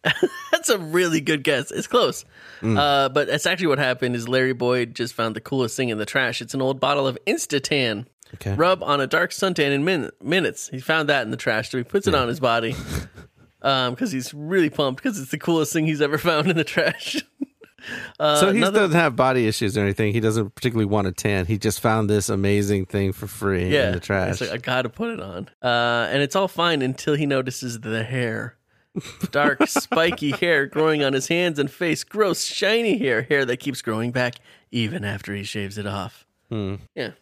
B: That's a really good guess. It's close. Uh, but that's actually what happened is Larry Boyd just found the coolest thing in the trash. It's an old bottle of Instatan.
C: okay
B: Rub on a dark suntan in min- minutes. He found that in the trash, so he puts it on his body because he's really pumped because it's the coolest thing he's ever found in the trash. Uh,
C: so he
B: another-
C: doesn't have body issues or anything he doesn't particularly want a tan he just found this amazing thing for free
B: yeah,
C: in the trash
B: He's like, I gotta put it on, uh, and it's all fine until he notices the hair. Dark, spiky hair growing on his hands and face. Gross, shiny hair. Hair that keeps growing back even after he shaves it off. Yeah,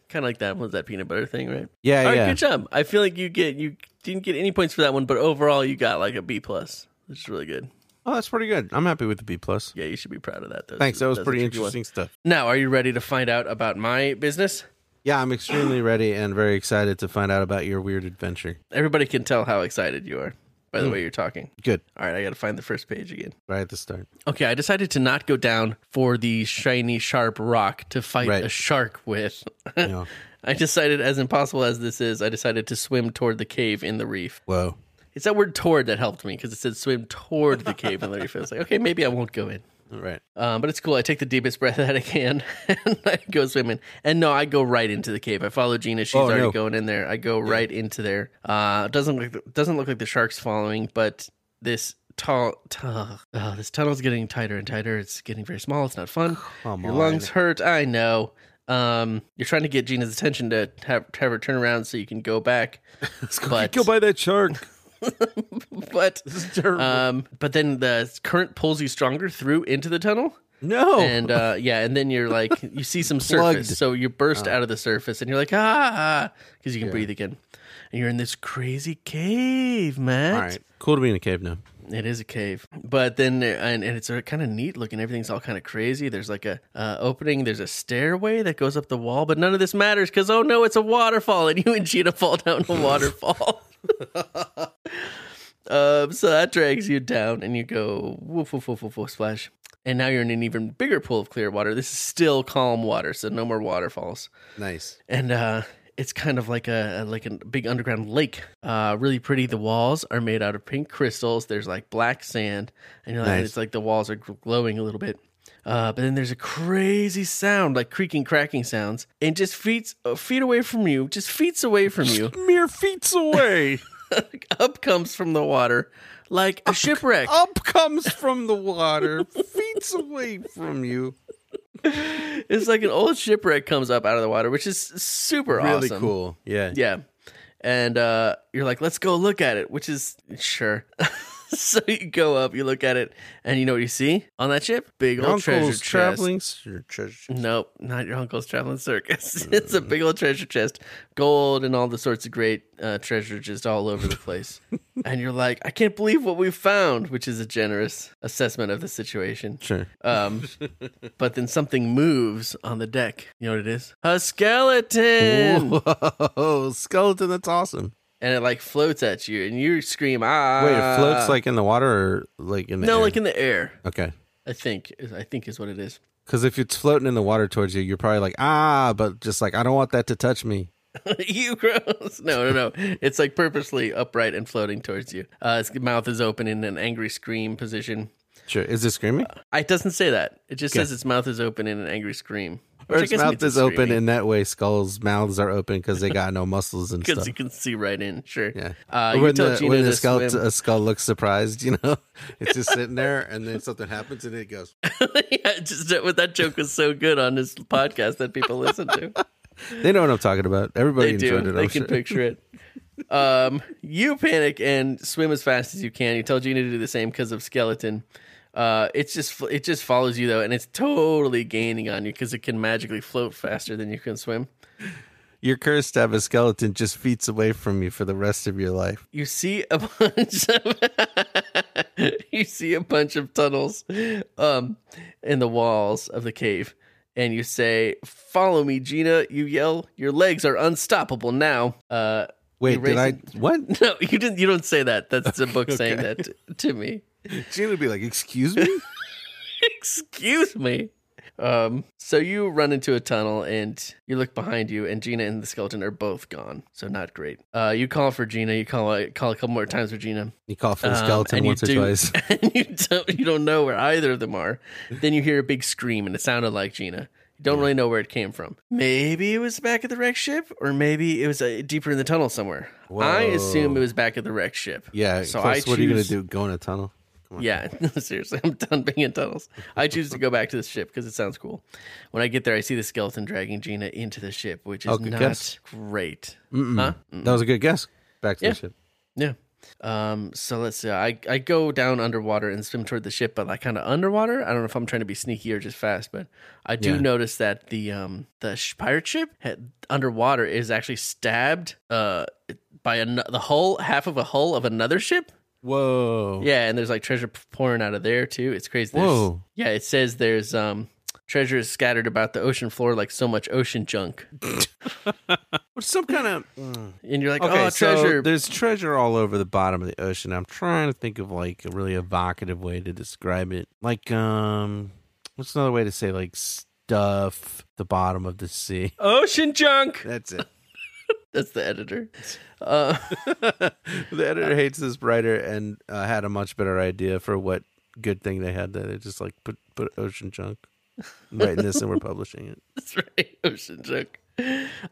B: kind of like that. Was that peanut butter thing, right?
C: Hmm. yeah
B: All right,
C: yeah
B: good job. I feel like you get you didn't get any points for that one, but overall you got like a B plus, which is really good.
C: oh that's pretty good i'm happy with the b plus
B: Yeah, you should be proud of that. Those,
C: Thanks. That was
B: that's a
C: pretty
B: tricky one.
C: interesting stuff.
B: Now, are you ready to find out about my business?
C: Yeah, I'm extremely ready and very excited to find out about your weird adventure.
B: Everybody can tell how excited you are by
C: Hmm.
B: the way you're talking.
C: Good.
B: All right, I got to find the first page again.
C: Right at the start.
B: Okay, I decided to not go down for the shiny, sharp rock to fight
C: Right.
B: a shark with.
C: Yeah.
B: I decided, as impossible as this is, I decided to swim toward the cave in the reef.
C: Whoa.
B: It's that word toward that helped me because it said swim toward the cave in the reef. I was like, okay, maybe I won't go in.
C: All right.
B: Um, but it's cool. I take the deepest breath that I can and I go swimming. And no, I go right into the cave. I follow Gina. She's
C: Oh,
B: already
C: no.
B: going in there. I go right into there. Uh, doesn't look doesn't look like the shark's following, but this tall tu- oh, this tunnel's getting tighter and tighter. It's getting very small. It's not fun.
C: Come
B: Your
C: on.
B: lungs hurt. I know. Um, you're trying to get Gina's attention to have, have her turn around so you can go back. But-
C: Killed by that shark.
B: But
C: This is terrible.
B: um, but then the current pulls you stronger through into the tunnel.
C: no.
B: and uh, yeah, and then you're like, you see some
C: Oh. Plugged. Oh.
B: surface, so you burst out of the surface, and you're like, ah, because you can breathe again, and you're in this crazy cave, man.
C: All right. Cool to be in a cave now.
B: It is a cave, but then and, and it's kind of neat looking. Everything's all kind of crazy. There's like a uh, opening. There's a stairway that goes up the wall, but none of this matters because oh no, it's a waterfall, and you and Gina fall down a waterfall. um, so that drags you down, and you go woof woof woof woof woof splash, and now you're in an even bigger pool of clear water. This is still calm water, so no more waterfalls
C: Nice.
B: and uh, it's kind of like a like a big underground lake. Uh, really pretty. The walls are made out of pink crystals. There's like black sand, and you're like,
C: Nice.
B: it's like the walls are gl- glowing a little bit. Uh, but then there's a crazy sound, like creaking, cracking sounds, and just feet uh, feet away from you, just feet away from you,
C: Mere feet away,
B: up comes from the water, like a shipwreck.
C: up comes from the water, feet away from you.
B: It's like an old shipwreck comes up out of the water, which is super
C: Really
B: awesome.
C: cool. Yeah.
B: Yeah. And uh, you're like, let's go look at it, which is sure. so you go up, you look at it, and you know what you see on that ship? Big
C: Your
B: old treasure
C: uncle's
B: chest.
C: traveling. Your treasure.
B: Nope, not your uncle's traveling circus. it's a big old treasure chest, gold and all the sorts of great uh, treasure just all over the place. and you're like, I can't believe what we found, which is a generous assessment of the situation.
C: Sure.
B: Um, but then something moves on the deck. You know what it is? A skeleton,
C: Whoa, skeleton. That's awesome.
B: and it like floats at you, and you scream, "Ah!"
C: Wait, it floats like in the water or like in the
B: no,
C: air?
B: like in the air.
C: okay.
B: I think is- I think is what it is.
C: Because if it's floating in the water towards you, you're probably like ah, but just like I don't want that to touch me.
B: you gross. No, no, no. It's like purposely upright and floating towards you. Uh, its mouth is open in an angry scream position.
C: Sure. Is it screaming?
B: It doesn't say that. It just says its mouth is open in an angry scream.
C: Or its mouth is open, and that way skulls' mouths are open because they got no muscles and
B: because
C: stuff.
B: you can see right in. Sure.
C: Yeah.
B: Uh,
C: Or
B: you
C: when
B: tell
C: the,
B: Gina
C: when
B: to
C: the skull,
B: swim.
C: a skull looks surprised, you know, it's just sitting there, and then something happens, and it goes.
B: yeah, just that- that joke was so good on this podcast that people listen to.
C: They know what I'm talking about. Everybody
B: They do.
C: enjoyed it. oh,
B: they
C: I'm
B: can
C: sure.
B: picture it. Um, you panic and swim as fast as you can. You tell Gina to do the same because of skeleton. Uh, it's just it just follows you though, and it's totally gaining on you because it can magically float faster than you can swim.
C: You're cursed to have a skeleton just feet away from you for the rest of your life.
B: You see a bunch of you see a bunch of tunnels um, in the walls of the cave, and you say, "Follow me, Gina." You yell, "Your legs are unstoppable now!" Uh,
C: Wait, did I?
B: raising-
C: What?
B: No, you didn't. You don't say that. That's the book saying
C: okay.
B: that t- to me.
C: Gina would be like, "Excuse me."
B: Excuse me. Um, so you run into a tunnel and you look behind you, and Gina and the skeleton are both gone. So not great. Uh, you call for Gina. You call call a couple more times for Gina.
C: You call for the
B: Um,
C: skeleton
B: and you
C: once or
B: do-
C: twice.
B: And you don't you don't know where either of them are. Then you hear a big scream, and it sounded like Gina. You don't really know where it came from. Maybe it was back at the wreck ship, or maybe it was uh, deeper in the tunnel somewhere. I
C: Whoa.
B: assume it was back at the wreck ship.
C: Yeah.
B: So
C: plus,
B: I
C: what are you gonna
B: choose-
C: do? Go in a tunnel?
B: Yeah, seriously, I'm done being in tunnels. I choose to go back to the ship because it sounds cool. When I get there, I see the skeleton dragging Gina into the ship, which is
C: Oh, good
B: not
C: guess.
B: great. Huh?
C: That was a good guess. Back to
B: Yeah.
C: the ship.
B: Yeah. Um, so let's see. I, I go down underwater and swim toward the ship, but like kind of underwater. I don't know if I'm trying to be sneaky or just fast, but I do
C: Yeah.
B: notice that the um the sh- pirate ship had, underwater is actually stabbed uh by an- the hull half of a hull of another ship.
C: Whoa.
B: Yeah, and there's like treasure p- pouring out of there too. It's crazy. There's-
C: Whoa.
B: Yeah, it says there's um treasure is scattered about the ocean floor like so much ocean junk,
C: Some kind of
B: and you're like,
C: okay.
B: Mm. oh,
C: so
B: treasure.
C: there's treasure all over the bottom of the ocean. I'm trying to think of like a really evocative way to describe it. Like, um, what's another way to say like stuff the bottom of the sea?
B: ocean junk.
C: That's it.
B: That's the editor. Uh,
C: the editor hates this writer and uh, had a much better idea for what good thing they had. That they just like put put ocean junk. I'm writing this and we're publishing it.
B: That's right, ocean junk.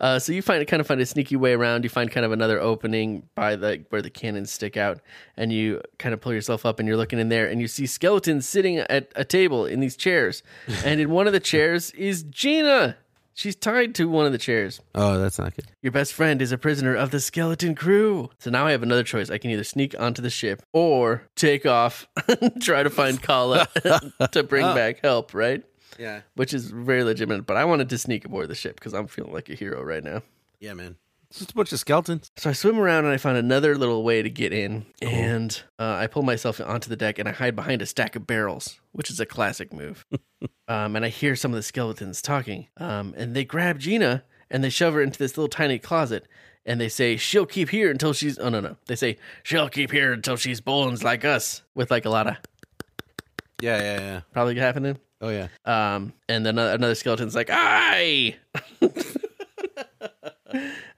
B: Uh, so you find kind of find a sneaky way around. You find kind of another opening by the where the cannons stick out, and you kind of pull yourself up, and you're looking in there, and you see skeletons sitting at a table in these chairs, and in one of the chairs is Gina. She's tied to one of the chairs.
C: Oh, that's not good.
B: Your best friend is a prisoner of the skeleton crew. So now I have another choice. I can either sneak onto the ship or take off, and try to find Kala to bring back help. Right
C: Yeah,
B: which is very legitimate. But I wanted to sneak aboard the ship because I'm feeling like a hero right now.
C: yeah, man. It's just a bunch of skeletons.
B: So I swim around and I find another little way to get in, and uh, I pull myself onto the deck and I hide behind a stack of barrels, which is a classic move. um, and I hear some of the skeletons talking, um, and they grab Gina and they shove her into this little tiny closet. And they say she'll keep here until she's oh no no they say she'll keep here until she's bones like us with like a lot of
C: Yeah, yeah, yeah.
B: probably happening
C: Oh yeah.
B: Um, and then ano- another skeleton's like, "Aye!"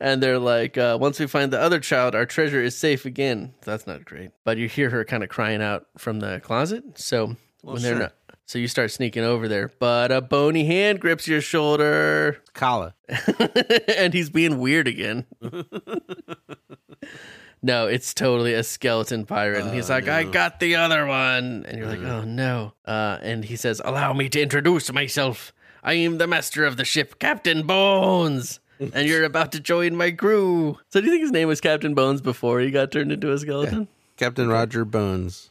B: and they're like, uh, "Once we find the other child, our treasure is safe again." That's not great. But you hear her kind of crying out from the closet. So when they're
C: sure.
B: not, So you start sneaking over there, but a bony hand grips your shoulder,
C: Kala.
B: and he's being weird again. no, it's totally a skeleton pirate, and he's like, "I got the other one," and you're like, "Oh no!" Uh, and he says, "Allow me to introduce myself. I am the master of the ship, Captain Bones." and you're about to join my crew. So, do you think his name was Captain Bones before he got turned into a skeleton?
C: Captain Roger Bones.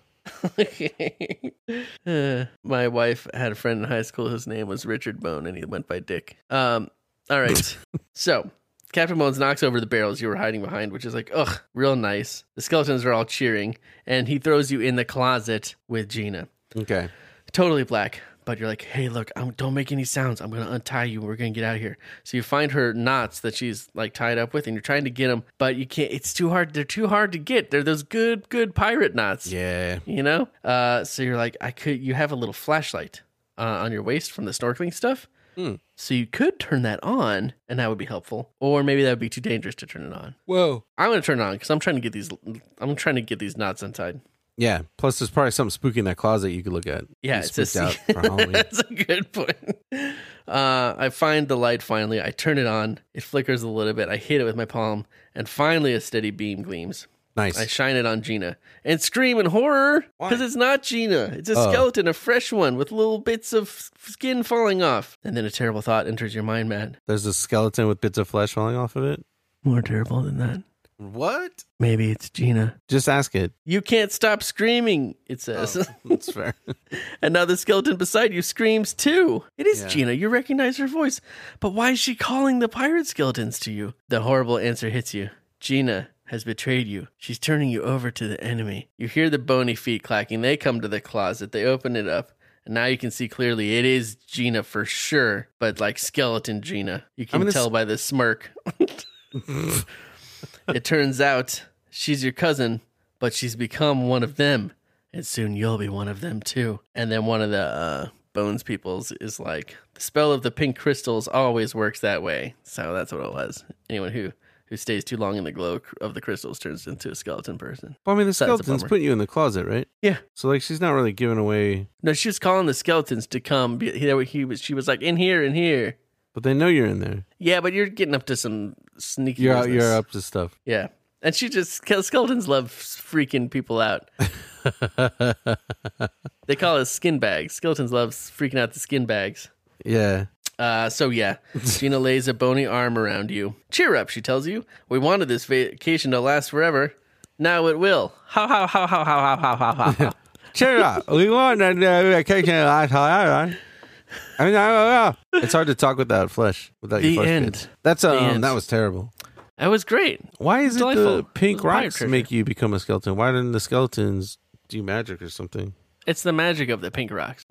B: Uh, my wife had a friend in high school whose name was Richard Bone, and he went by Dick. Um, all right. so Captain Bones knocks over the barrels you were hiding behind, which is like, ugh, real nice. The skeletons are all cheering, and he throws you in the closet with Gina.
C: Okay.
B: Totally black. But you're like, hey, look, I'm, don't make any sounds. I'm going to untie you. We're going to get out of here. So you find her knots that she's like tied up with, and you're trying to get them, but you can't. It's too hard. They're too hard to get. They're those good, good pirate knots
C: Yeah.
B: you know uh, so you're like i could you have a little flashlight uh, on your waist from the snorkeling stuff
C: Hmm.
B: so you could turn that on and that would be helpful or maybe that would be too dangerous to turn it on
C: Whoa.
B: i'm going to turn it on because i'm trying to get these i'm trying to get these knots untied
C: Yeah. Plus, there's probably something spooky in that closet you could look at.
B: yeah
C: You
B: it's a
C: spooked out
B: se-
C: for Halloween.
B: that's a good point uh, i find the light finally i turn it on it flickers a little bit i hit it with my palm and finally a steady beam gleams
C: Nice.
B: I shine it on Gina and scream in horror because it's not Gina. It's a
C: Oh.
B: skeleton, a fresh one with little bits of s- skin falling off. And then a terrible thought enters your mind, Matt.
C: There's a skeleton with bits of flesh falling off of it.
B: More terrible than that.
C: What?
B: Maybe it's Gina.
C: Just ask it.
B: You can't stop screaming, it says.
C: That's fair.
B: and now the skeleton beside you screams too. It is
C: Yeah.
B: Gina. You recognize her voice. But why is she calling the pirate skeletons to you? The horrible answer hits you. Gina has betrayed you. She's turning you over to the enemy. You hear the bony feet clacking. They come to the closet. They open it up. And now you can see clearly it is Gina for sure, but like skeleton Gina. You
C: I'm
B: can
C: gonna
B: tell by the smirk. it turns out she's your cousin, but she's become one of them, and soon you'll be one of them too. And then one of the uh, Bones peoples is like, the spell of the pink crystals always works that way. So that's what it was. Anyone who who stays too long in the glow cr- of the crystals turns into a skeleton person.
C: Well, I mean, the
B: That's a
C: skeleton's
B: bummer.
C: putting you in the closet, right?
B: Yeah.
C: So, like, she's not really giving away,
B: No, she was calling the skeletons to come. Be- He, he was. She was like, in here, in here.
C: but they know you're in there.
B: Yeah, but you're getting up to some sneaky.
C: You're out,
B: business.
C: you're up to stuff.
B: Yeah. And she just ske- skeletons love freaking people out. they call us skin bags. Skeletons love freaking out the skin bags.
C: Yeah.
B: Uh, so yeah, Gina lays a bony arm around you. Cheer up, she tells you. We wanted this vacation to last forever. Now it will. How how how how how how how how how.
C: Cheer up. We want a vacation last holiday. I mean, I don't know. It's hard to talk without flesh. Without
B: The
C: your flesh
B: end.
C: bits. That's um.
B: end.
C: That was terrible.
B: That was great.
C: Why is it
B: Delightful.
C: the pink
B: It was pirate
C: rocks
B: treasure.
C: make you become a skeleton? Why didn't the skeletons do magic or something?
B: It's the magic of the pink rocks.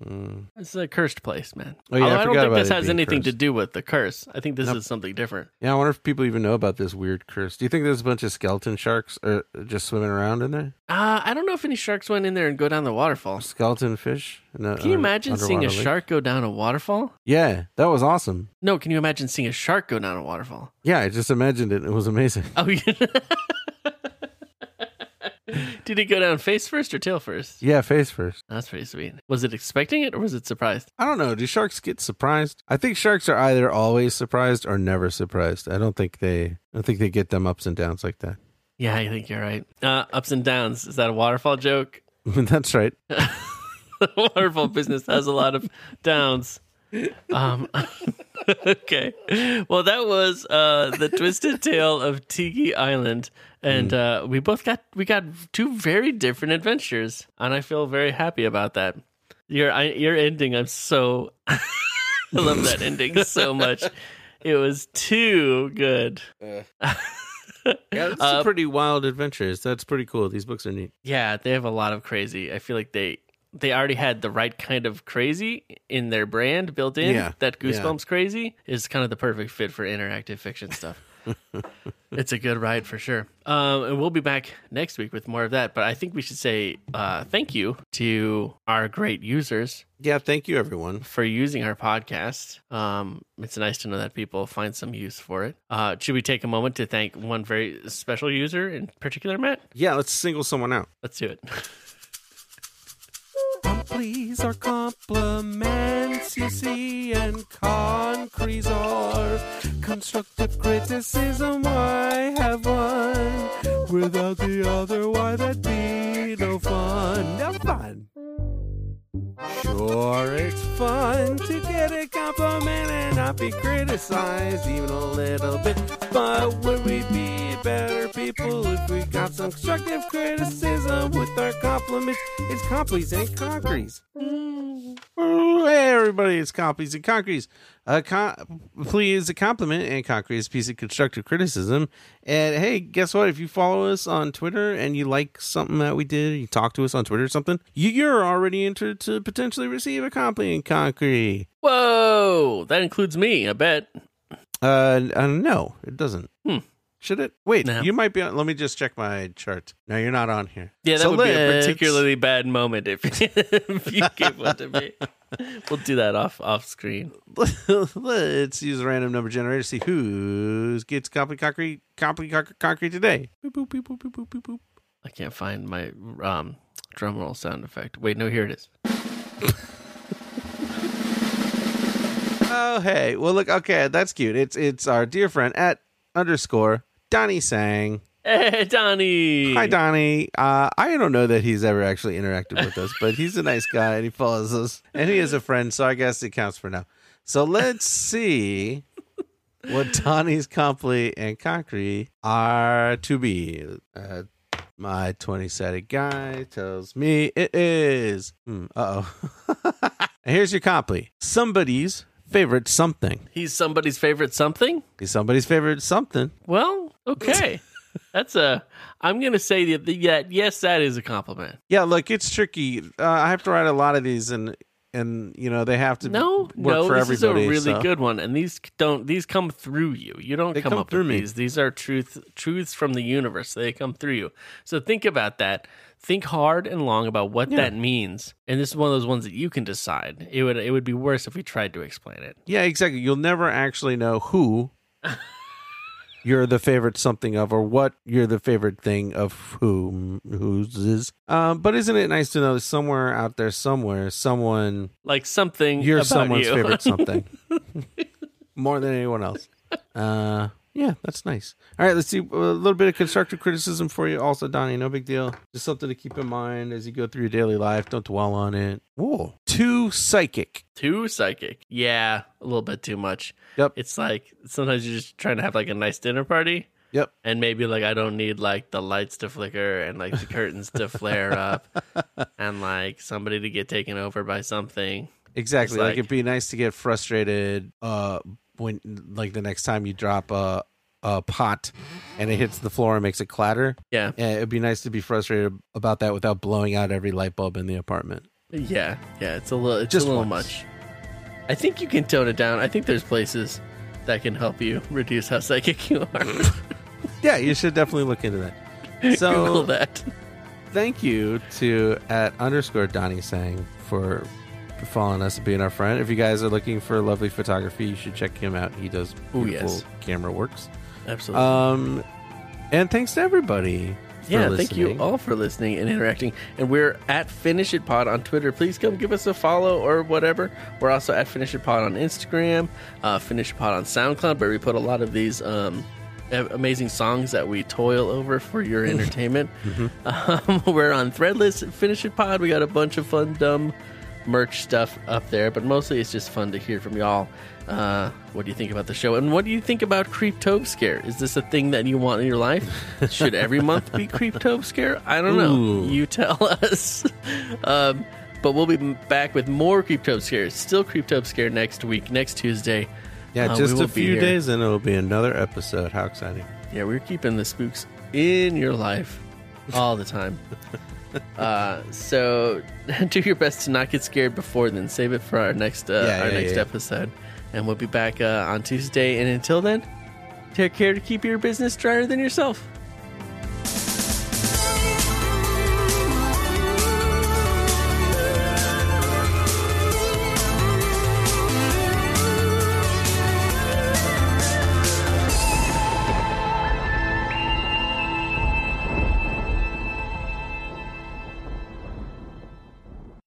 B: It's a cursed place, man.
C: Mm. Oh, yeah, I
B: Although I, don't
C: forgot
B: think
C: about
B: this
C: it
B: has
C: being
B: anything to
C: cursed.
B: do with the curse. I think this is something different.
C: Yeah, I wonder if people even know about this weird curse. Do you think there's a bunch of skeleton sharks or just swimming around in there?
B: Uh, I don't know if any sharks went in there and go down the waterfall.
C: Skeleton fish? No,
B: Can you imagine seeing a
C: underwater lake?
B: shark go down a waterfall?
C: Yeah, that was awesome.
B: No, can you imagine seeing a shark go down a waterfall?
C: Yeah, I just imagined it. It was amazing.
B: Oh, yeah. Did it go down face first or tail first?
C: Yeah, face first.
B: That's pretty sweet. Was it expecting it or was it surprised?
C: I don't know. Do sharks get surprised? I think sharks are either always surprised or never surprised. I don't think they. I don't think they get them ups and downs like that.
B: Yeah, I think you're right. Uh, ups and downs. Is that a waterfall joke?
C: That's right.
B: the waterfall business has a lot of downs. Um, okay. Well, that was uh, the twisted tale of Tiki Island, and uh, we both got we got two very different adventures, and I feel very happy about that. Your I, your ending, I'm so I love that ending so much. It was too good.
C: Yeah, that's a pretty wild adventures. That's pretty cool. These books are neat.
B: Yeah, they have a lot of crazy. I feel like they they already had the right kind of crazy in their brand built in.
C: Yeah,
B: That
C: yeah.
B: Goosebumps crazy is kind of the perfect fit for interactive fiction stuff. it's a good ride for sure. Um, and we'll be back next week with more of that. But I think we should say uh, thank you to our great users
C: Yeah, thank you, everyone.
B: for using our podcast. Um, it's nice to know that people find some use for it. Uh, should we take a moment to thank one very special user in particular, Matt?
C: Yeah, let's single someone out.
B: Let's do it.
C: please are compliments, you see, and concretes are constructive criticism. I have one without the other. Why that'd be no fun? No fun. Sure, it's fun to get a compliment and not be criticized even a little bit. But would we be better people if we got some constructive criticism with our compliments? It's complies and concretes. Hey, everybody, it's complies and concretes. A com- please, a compliment and concrete is a piece of constructive criticism. And hey, guess what? If you follow us on Twitter and you like something that we did, you talk to us on Twitter or something, you, you're already entered to potentially receive a compliment and concrete.
B: Whoa, that includes me, I bet.
C: Uh, uh, no, it doesn't.
B: Hmm.
C: Should it? Wait,
B: No.
C: you might be on. Let me just check my chart. No, you're not on here.
B: Yeah, that
C: So
B: would be a
C: let's-
B: particularly bad moment if, if you gave one to me. We'll do that off off screen.
C: Let's use a random number generator to see who gets compliment concrete, compliment conc- concrete today. Boop, boop, boop, boop, boop, boop, boop, boop.
B: I can't find my um, drum roll sound effect. Wait, no, here it is.
C: Oh hey, well look, okay, that's cute. It's it's our dear friend at underscore Donnie Sang.
B: Hey, Donnie.
C: Hi Donnie. Uh, I don't know that he's ever actually interacted with us, but he's a nice guy and he follows us and he is a friend, so I guess it counts for now. So let's see what Donnie's Comply and Concrete are to be. Uh, my twenty-sided guy tells me it is. Hmm, uh oh. Here's your Comply. Somebody's favorite something.
B: He's somebody's favorite something?
C: He's somebody's favorite something.
B: Well, okay. That's a. I'm going to say that, that, yes, that is a compliment.
C: Yeah, look, it's tricky. Uh, I have to write a lot of these, and and you know they have to
B: No,
C: work
B: no,
C: for
B: this is a
C: everybody.
B: really
C: so-
B: good one, and these don't these come through you. You don't
C: They
B: come,
C: come
B: up
C: through
B: with
C: me.
B: these. These are truth truths from the universe. They come through you. So think about that. Think hard and long about what that means. And this is one of those ones that you can decide. It would it would be worse if we tried to explain it.
C: Yeah, exactly. You'll never actually know who you're the favorite something of, or what you're the favorite thing of whom whose is. Um, but isn't it nice to know that somewhere out there, somewhere, someone
B: Like something
C: you're
B: about
C: someone's
B: you.
C: favorite something more than anyone else. Uh, yeah, that's nice. All right, let's see a little bit of constructive criticism for you, also, Donnie. No big deal. Just something to keep in mind as you go through your daily life. Don't dwell on it. Whoa, too psychic.
B: too psychic. Yeah, a little bit too much.
C: Yep.
B: It's like sometimes you're just trying to have like a nice dinner party.
C: Yep.
B: and maybe like I don't need like the lights to flicker and like the curtains to flare up and like somebody to get taken over by something.
C: Exactly.
B: It's
C: Like,
B: like-
C: it'd be nice to get frustrated uh when like the next time you drop a a pot and it hits the floor and makes a clatter.
B: Yeah.
C: Yeah, it'd be nice to be frustrated about that without blowing out every light bulb in the apartment.
B: Yeah. Yeah, it's a little it's
C: Just
B: a little
C: once.
B: much. I think you can tone it down. I think there's places that can help you reduce how psychic you are.
C: Yeah, you should definitely look into that. So
B: Google that.
C: thank you to at underscore Donnie Sang for for following us and being our friend. If you guys are looking for lovely photography, you should check him out. He does
B: Ooh,
C: beautiful
B: yes.
C: camera works.
B: Absolutely.
C: Um, and thanks to everybody. for
B: yeah, thank you
C: listening.
B: all for listening and interacting. And we're at Finish It Pod on Twitter. Please come give us a follow or whatever. We're also at Finish It Pod on Instagram, uh, Finish It Pod on SoundCloud, where we put a lot of these um, a- amazing songs that we toil over for your entertainment.
C: Mm-hmm.
B: um, we're on Threadless Finish It Pod. We got a bunch of fun, dumb merch stuff up there, but mostly it's just fun to hear from y'all. Uh, what do you think about the show? And what do you think about Creeptobe Scare? Is this a thing that you want in your life? Should every month be Creeptobe Scare? I don't know.
C: Ooh.
B: You tell us. um, but we'll be back with more Creeptobe Scare. Still Creeptobe Scare next week, next Tuesday.
C: Yeah,
B: Uh, we
C: just
B: will
C: a
B: be
C: few
B: here.
C: days and it'll be another episode. How exciting!
B: Yeah, we're keeping the spooks in your life all the time. uh, so do your best to not get scared before then. Save it for our next uh,
C: Yeah,
B: our
C: yeah,
B: next
C: yeah.
B: episode, and we'll be back uh, on Tuesday. And until then, take care to keep your business drier than yourself.